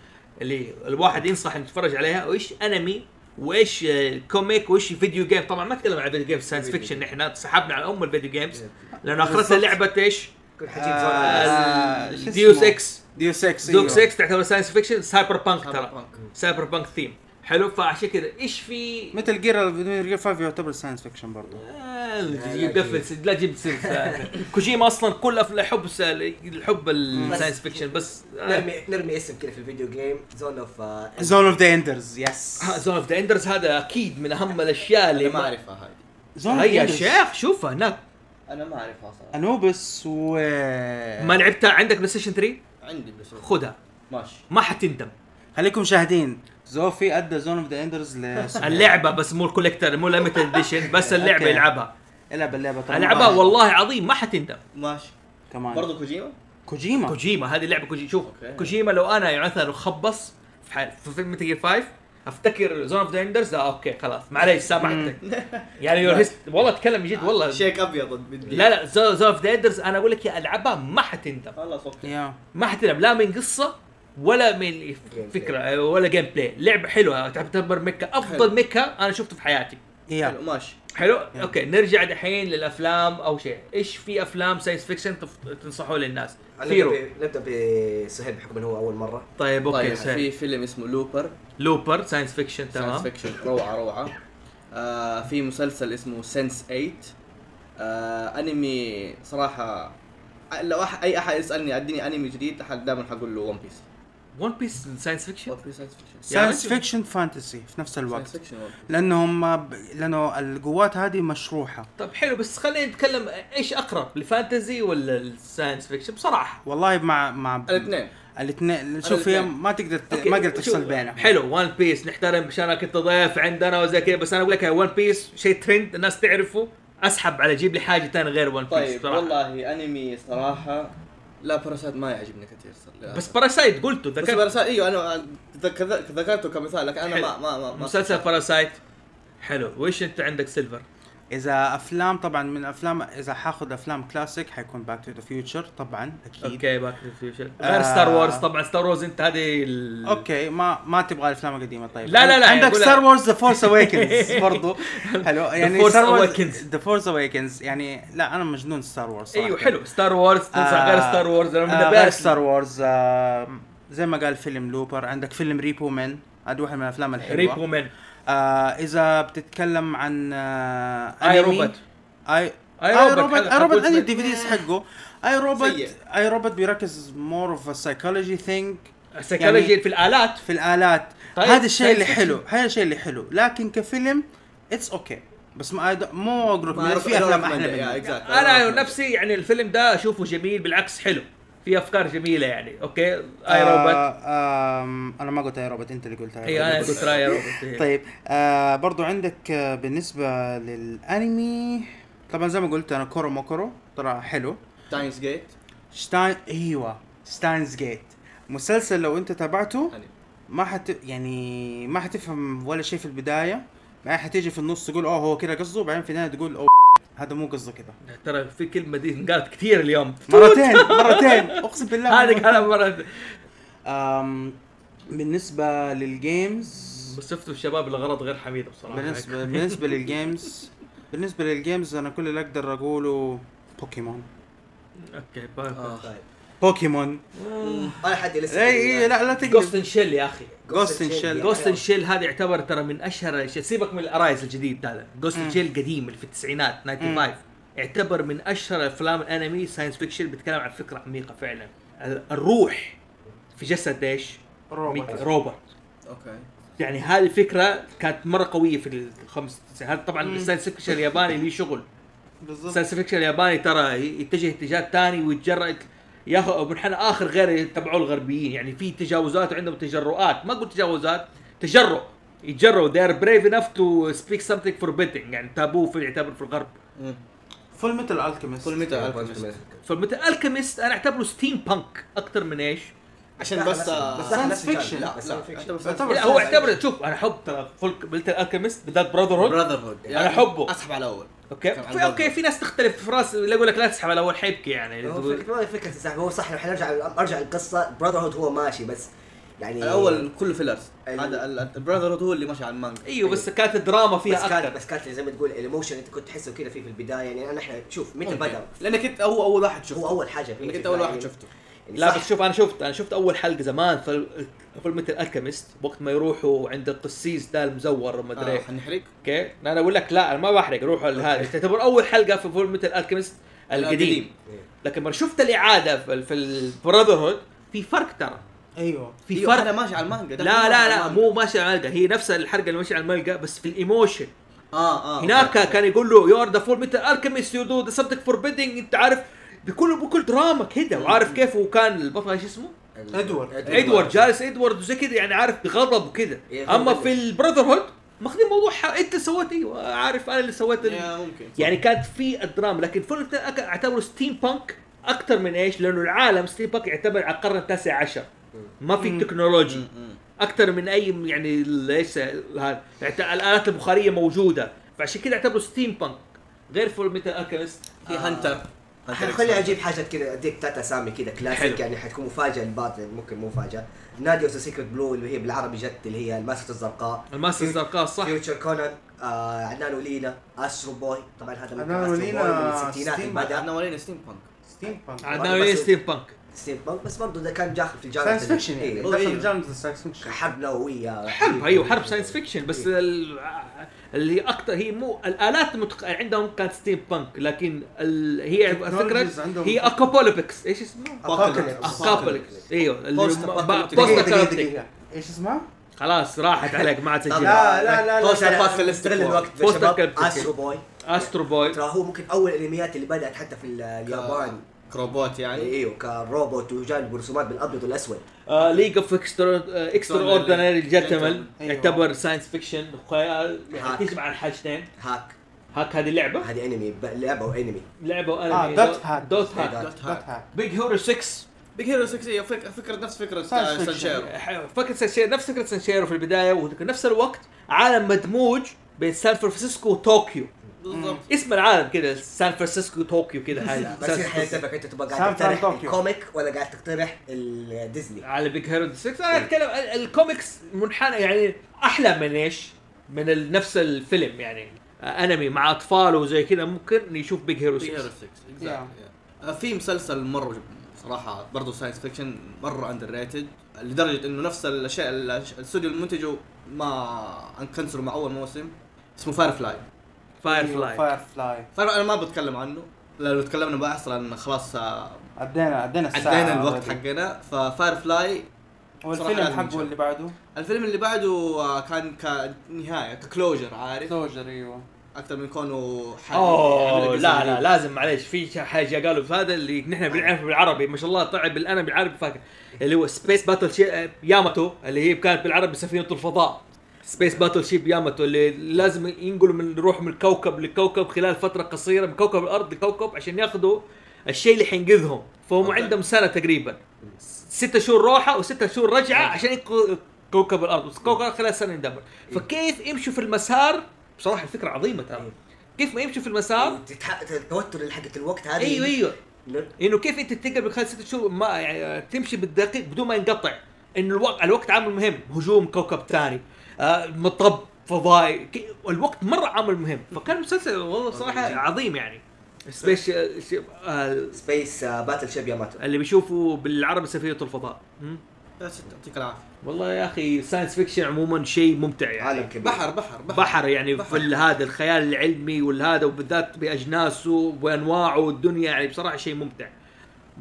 اللي الواحد ينصح يتفرج عليها وايش انمي وايش آه، كوميك وايش فيديو جيم طبعا ما تكلم عن فيديو جيم ساينس فيكشن احنا سحبنا على ام الفيديو جيمز لانه اخرتها لعبه ايش؟
كل حجيب زون
آه، شو اسمه؟ أيوه.
ديوس اكس
ديو 6
دوك 6 تعتبر ساينس فيكشن سايبر بانك ترى
سايبربانك.
سايبر بانك ثيم حلو فعشان كذا ايش في
مثل جير مثل جير 5 يعتبر ساينس فيكشن برضه
آه،
لا
قفل س- لا جيب سيرة ساعة. كوجيما اصلا كل أفلام- حب س- الحب الساينس فيكشن بس آه،
نرمي نرمي اسم كذا في الفيديو جيم زون اوف
زون اوف ذا اندرز يس
زون اوف ذا اندرز هذا اكيد من اهم الاشياء اللي
انا ما
ما
اعرفها هذه
زون
هيا يا شيخ شوفها هناك
انا ما اعرفها صراحه
انوبس و آه.
ما لعبتها عندك بلاي ستيشن 3
عندي بس
خذها
ماشي
ما حتندم
خليكم شاهدين زوفي ادى زون اوف ذا اندرز ل
اللعبه بس مو الكوليكتر مو ليمتد اديشن بس اللعبه
أوكي.
يلعبها
العب اللعبه طبعاً.
العبها والله عظيم ما حتندم
ماشي
كمان برضه
برضه كوجيما
كوجيما
كوجيما هذه لعبه كوجيما شوف
أوكي.
كوجيما لو انا يعني مثلا مخبص في حال في فيلم متل جير 5 افتكر زون اوف ذا اندرز لا اوكي آه، خلاص معليش سامحتك يعني يور هيست والله اتكلم من جد والله
شيك ابيض بدي
لا لا زون اوف ذا اندرز انا اقول لك يا العبها ما حتندم
خلاص اوكي
يا
ما حتندم لا من قصه ولا من فكره ولا جيم بلاي لعبه حلوه تعتبر ميكا افضل
حلو.
ميكا انا شفته في حياتي
يا
حلو ماشي
حلو اوكي نرجع دحين للافلام او شيء ايش في افلام ساينس فيكشن تف- تنصحوا للناس فيرو
نبدا بسهيل بحكم انه هو اول مره
طيب
طيب
اوكي سهل.
في فيلم اسمه لوبر
لوبر ساينس فيكشن
ساينس
تمام
فيكشن روعه روعه آه في مسلسل اسمه سنس 8 آه انمي صراحه لو أح اي احد يسالني اديني انمي جديد أحد دائما حقول له ون بيس
ون بيس ساينس فيكشن
ون بيس ساينس فيكشن
ساينس
شوف.
فيكشن فانتسي في نفس
ساينس
الوقت
فيكشن ون بيس.
لانهم ب... لانه القوات هذه مشروحه
طب طيب، حلو بس خلينا نتكلم ايش اقرب الفانتزي ولا الساينس فيكشن بصراحه
والله مع مع
الاثنين
الاثنين شوف هي
الاثنين.
ما تقدر ت...
أوكي،
ما تقدر
شوف،
تفصل بينهم
حلو ون بيس نحترم عشان أنا كنت ضيف عندنا وزي كذا بس انا اقول لك ون بيس شيء ترند الناس تعرفه اسحب على جيب لي حاجه ثانيه غير ون بيس
طيب
بصراحه
والله انمي صراحه لا باراسايت ما يعجبني كثير صراحة.
بس باراسايت قلته
بس
ذكرت
باراسايت ايوه انا ذكر- ذكرته كمثال لكن انا ما ما ما, ما
مسلسل باراسايت حلو وايش انت عندك سيلفر
اذا افلام طبعا من افلام اذا حاخذ افلام كلاسيك حيكون باك تو ذا فيوتشر طبعا اكيد
اوكي باك تو فيوشن غير
آه.
ستار وورز طبعا ستار وورز انت هذه ال-
اوكي ما ما تبغى الافلام القديمه طيب
لا، لا، لا،
عندك
أقول-
ستار وورز ذا فورس اويكنز برضو حلو يعني
Force
ستار وورز
Awakens.
ذا فورس اويكنز يعني لا انا مجنون ستار وورز
ايوه حلو ستار وورز تنصح غير ستار وورز انا من
انا
The
آه. غير
best.
ستار وورز آه زي ما قال فيلم لوبر عندك فيلم ريبو مان هذا واحد من الافلام الحلوه
ريبو مان
آه اذا بتتكلم عن آه
اي
أنمي،
روبوت
اي
آي
اي
روبوت،
روبوت
حلقة
اي روبوت
كويس
عندي
بس.
الدي في ديز حقه اي
سيء.
روبوت اي روبوت بيركز مور اوف سايكولوجي ثينك
السيكولوجي
يعني-
في الالات
في الالات
طيب،
هذا الشيء اللي
science fiction.
حلو هذا الشيء اللي حلو لكن كفيلم اتس اوكي بس ما أد- مو اقرب منه، في افلام احلى منه
انا عن نفسي يعني الفيلم ده اشوفه جميل بالعكس حلو في افكار جميله يعني اوكي اي روبوت
آه آم، انا ما قلت اي روبوت انت اللي قلت
اي
اي
انا
روبوت
إيه، قلت إيه. اي روبوت
طيب آه برضو عندك آه بالنسبه للانمي طبعا زي ما قلت انا كورو موكورو ترى حلو
تايمز جيت
شتاين ايوه ستاينز جيت مسلسل لو انت تابعته ما حت يعني ما حتفهم ولا شيء في البدايه بعدين حتيجي في النص تقول اوه هو كده قصده بعدين في النهايه تقول اوه هذا مو قصده كده
ترى في كلمه دي انقالت كثير اليوم
مرتين مرتين اقسم بالله
هذا كلام مرة
أم، بالنسبه للجيمز
بس شفتوا الشباب لغرض غير حميده بصراحه
بالنسبه بالنسبه للجيمز بالنسبه للجيمز انا كل اللي اقدر اقوله بوكيمون
اوكي باي
طيب
بوكيمون
ولا حد لسه
اي اي إيه، لا لا تقدر
جوست شيل يا اخي
Ghost in Shell.
جوست شيل هذا يعتبر ترى من اشهر الاشياء سيبك من الارايز الجديد هذا جوست
مم.
شيل القديم اللي في التسعينات 95 يعتبر من اشهر افلام الانمي ساينس فيكشن بيتكلم عن فكره عميقه فعلا ال- الروح في جسد ايش؟
روبوت.
ميك- روبوت
اوكي
يعني هذه الفكره كانت مره قويه في الخمس هذا طبعا
مم.
الساينس فيكشن الياباني ليه شغل
بالضبط
الساينس فيكشن الياباني ترى يتجه اتجاه ثاني ويتجرأ ياخذ منحنى اخر غير تبعوه الغربيين يعني في تجاوزات وعندهم تجرؤات ما اقول تجاوزات تجرؤ يتجرؤوا they are brave enough to speak something forbidding يعني تابو في يعتبر في الغرب
فول ميتال الكيمست
فول ميتال الكيمست
شيل
فمثل الكيمست انا اعتبره ستيم بانك اكثر من ايش؟
عشان بس آه،
بس
Science
نفس الجانب.
fiction.
لا
لا،
science fiction.
يعتبر science
يعتبر
fiction.
لا هو اعتبره شوف انا احب ترى فول مثل الكيمست بالذات براذر هود
براذر هود
أنا أحبه.
اسحب يعني على اول
اوكي
كان
في اوكي في ناس تختلف في راس اللي يقول لك لا تسحب على اول حيبكي يعني
هو فك- ما هي فكره السحب هو صح لو حنرجع ارجع للقصه براذر هود هو ماشي بس يعني
أيوه.
الاول كله فيلرز
ال-
هذا البراذر هود هو اللي ماشي على المانجا
ايوه بس كانت الدراما
أيوه. بس
فيها
كانت
اكثر
بس كانت زي ما تقول الايموشن انت كنت تحسه كذا فيه في البدايه يعني انا احنا شوف متى بدا
لانك انت هو اول واحد شفته
هو اول حاجه فيه
لانك
في
انت اول
بالي.
واحد شفته
أيوه.
يعني
لا
صح.
بس شوف انا شفت انا شفت اول حلقه زمان في فيلم مثل الكيمست وقت ما يروحوا عند القسيس ده المزور وما ادري
آه،
إيه.
حنحرق
اوكي انا اقول لك لا انا ما بحرق روحوا لهذا تعتبر اول حلقه في فيلم مثل الكيمست
آه،
القديم
القديم.
إيه.
لكن لما شفت الاعاده في- في البراذر هود في فرق ترى
ايوه
في
أيوة،
أيوه،
فرق
انا ماشي على المانجا ده
لا
هو
لا
على
لا
المانجا.
مو ماشي على الملقى هي نفس الحرقه اللي ماشيه على الملقى بس في الايموشن
اه اه أوكي.
هناك كان يقول له يو ار ذا فول ميتال الكيميست يو دو ذا سمثينج فوربيدنج انت عارف بكل بكل دراما كده وعارف كيف وكان البطل ايش اسمه؟
ال-
إدوارد.
ادوارد جالس ادوارد وزي كده يعني عارف بغضب وكده
إيه،
اما
غضب.
في البراذر هود ماخذين موضوع ح- انت سويت ايوه عارف انا اللي سويت ال-
يا ممكن
يعني كانت في الدراما لكن فول اعتبره ستيم بانك اكثر من ايش؟ لانه العالم ستيم بانك يعتبر على القرن التاسع عشر ما في
مم.
تكنولوجيا
مم، مم.
اكثر من اي يعني ليس هذا يعني الالات البخاريه موجوده فعشان كذا اعتبره ستيم بانك غير فول ميتال الكيمست
في
آه.
هنتر
حلو، خليني اجيب حاجه كذا اديك ثلاث اسامي كذا كلاسيك
حلو.
يعني حتكون مفاجاه للباطل ممكن مو مفاجاه نادي اوف سيكريت بلو اللي هي بالعربي جت اللي هي الماسكه الزرقاء
الماسة الزرقاء صح
فيوتشر كونان آه عدنان ولينا استرو بوي طبعا هذا ممكن
عدنان
أسترو
ولينا
بوي من الستينات
ستيم
بدا
احنا ورينا ستيم بانك
ستيم
Ah,
بانك
عندنا وين ستيم بانك
ستيم بانك بس برضه ده كان داخل في الجانب
ساينس
ال-
فيكشن يعني
إيه،
دخل
أيوة.
جانب الساينس فيكشن
حرب نوويه
حرب ايوه حرب ساينس فيكشن بس
إيه.
ال- اللي اكثر هي مو الالات متق... عندهم كانت ستيم بانك لكن ال... هي
Technologies
فكره
عندهم-
هي اكابوليبكس ايش اسمه؟
Apocalypse.
اكابوليبكس ايوه اللي-
Post
ب- post
apocalyptic.
دقيقة دقيقة
apocalyptic.
دقيقة ايش اسمها؟
خلاص راحت عليك ما عاد تسجل
لا، لا، لا، لا.
بوست
Post-apocalyptic
استغل
war.
الوقت يا
Post
شباب
apocalyptic.
استرو بوي
استرو بوي
ترى هو ممكن اول الانميات اللي بدات حتى في اليابان
كروبوت يعني
ايوه كروبوت وجانب رسومات بالابيض والاسود
ليج اوف اكسترا اوردينري جنتلمان
أيوة.
آه، يعتبر ساينس فيكشن خيال
هاك.
يعني تجمع الحاجتين
هاك
هاك هذه لعبه
هذه انمي ب- لعبه وانمي
لعبه
آه،
وانمي
دوت هاك.
دوت
إيه،
هاك
دوت
دوت
هاك
هاك
بيج هيرو 6
بيج هيرو 6 هي إيه، فك- فكره نفس فكره
Science fiction.
سانشيرو
فكره سانشيرو نفس فكره سانشيرو في البدايه وفي نفس الوقت عالم مدموج بين سان فرانسيسكو وطوكيو
بالضبط
اسم العالم كذا سان فرانسيسكو طوكيو كذا هذا
بس
سان
الحين
فرانسيسكو.
اتفق انت تبقى
سان
قاعد
فران
تقترح
طوكيو.
الكوميك ولا قاعد تقترح الديزني
على بيج هيرو 6 انا اتكلم ال- الكوميكس منحنى يعني احلى من ايش؟ من ال- نفس الفيلم يعني انمي مع اطفال وزي كذا ممكن يشوف بيج هيرو
بيج
6
هيرو 6 exactly. آه، في مسلسل مره صراحه برضه ساينس فيكشن مره اندر ريتد لدرجه انه نفس الاشياء الأش- الاستوديو اللي منتجه ما انكنسلوا مع اول موسم اسمه فاير فلاي
فاير فلاي
فاير فلاي
فانا ما بتكلم عنه لو تكلمنا بحصل ان خلاص آه،
عدينا عدينا الساعة
عدينا الوقت
already.
حقنا ففاير فلاي صراحة
والفيلم
لازم نشوف.
حقه اللي بعده
الفيلم اللي بعده آه، كان كنهايه ككلوجر عارف
كلوجر ايوه
اكثر من كونه يعني حاجة-
اوه
حاجة
لا لا
زي-
لازم معليش في حاجه قالوا في هذا اللي نحن بنعرفه بالعربي ما شاء الله طلع بالانمي بالعربي فاكر اللي هو سبيس باتل شيب ياماتو اللي هي كانت بالعربي سفينه الفضاء سبيس باتل شيب ياماتو اللي لازم ينقلوا من يروحوا من كوكب لكوكب خلال فتره قصيره من كوكب الارض لكوكب عشان ياخذوا الشيء اللي حينقذهم فهم
أوكي.
عندهم سنه تقريبا ستة شهور روحه وستة شهور رجعه عشان ينقذوا كوكب الارض بس كوكب الارض خلال سنه يندمر فكيف يمشوا في المسار بصراحه الفكره عظيمه ترى كيف ما يمشوا في المسار
وتتح- التوتر اللي حقت الوقت هذه
ايوه ايوه
ايوه
انه كيف انت تقدر خلال ست شهور ما يعني آه، تمشي بالدقيق بدون ما ينقطع انه الوقت الوقت عامل مهم هجوم كوكب ثاني آه، مطب فضائي ك- والوقت مره عامل مهم فكان مسلسل والله صراحه عظيم يعني سبيش آه، ش- آه،
سبيس باتل شيب ياماتو
اللي بيشوفوا بالعربي سفينه الفضاء م?
بس يعطيك العافيه
والله يا اخي ساينس فيكشن عموما شيء ممتع يعني
عالم كبير
بحر بحر بحر,
بحر يعني
بحر.
في هذا الخيال العلمي والهذا وبالذات باجناسه وانواعه والدنيا يعني بصراحه شيء ممتع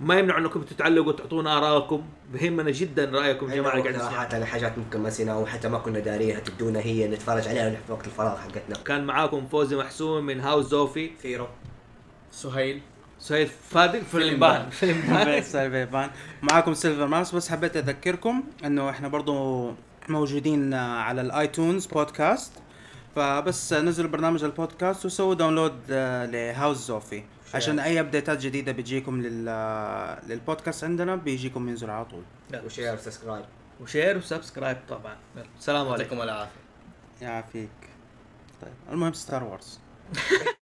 ما يمنع انكم تتعلقوا وتعطونا ارائكم بهمنا جدا رايكم
أيوة،
عندنا
يا جماعه اللي قاعدين يسمعونا.
اقتراحات على حاجات ممكن ما نسيناها وحتى ما كنا داريها تدونا هي نتفرج عليها ونحن في وقت الفراغ حقتنا
كان معاكم فوزي محسون من هاوس زوفي
فيرو
سهيل
سعيد فادل فلمبان فلمبان
سايفيفان معاكم سيلفر ماوس بس حبيت اذكركم انه احنا برضو موجودين على الايتونز بودكاست فبس نزلوا برنامج البودكاست وسووا داونلود آه، لهاوس زوفي عشان اي ابديتات جديده بتجيكم لل آه، للبودكاست عندنا بيجيكم ينزل على طول
وشير سبسكرايب
وشير وسبسكرايب طبعا يلا، السلام عليكم
يعطيكم العافيه
يعافيك طيب المهم ستار وورز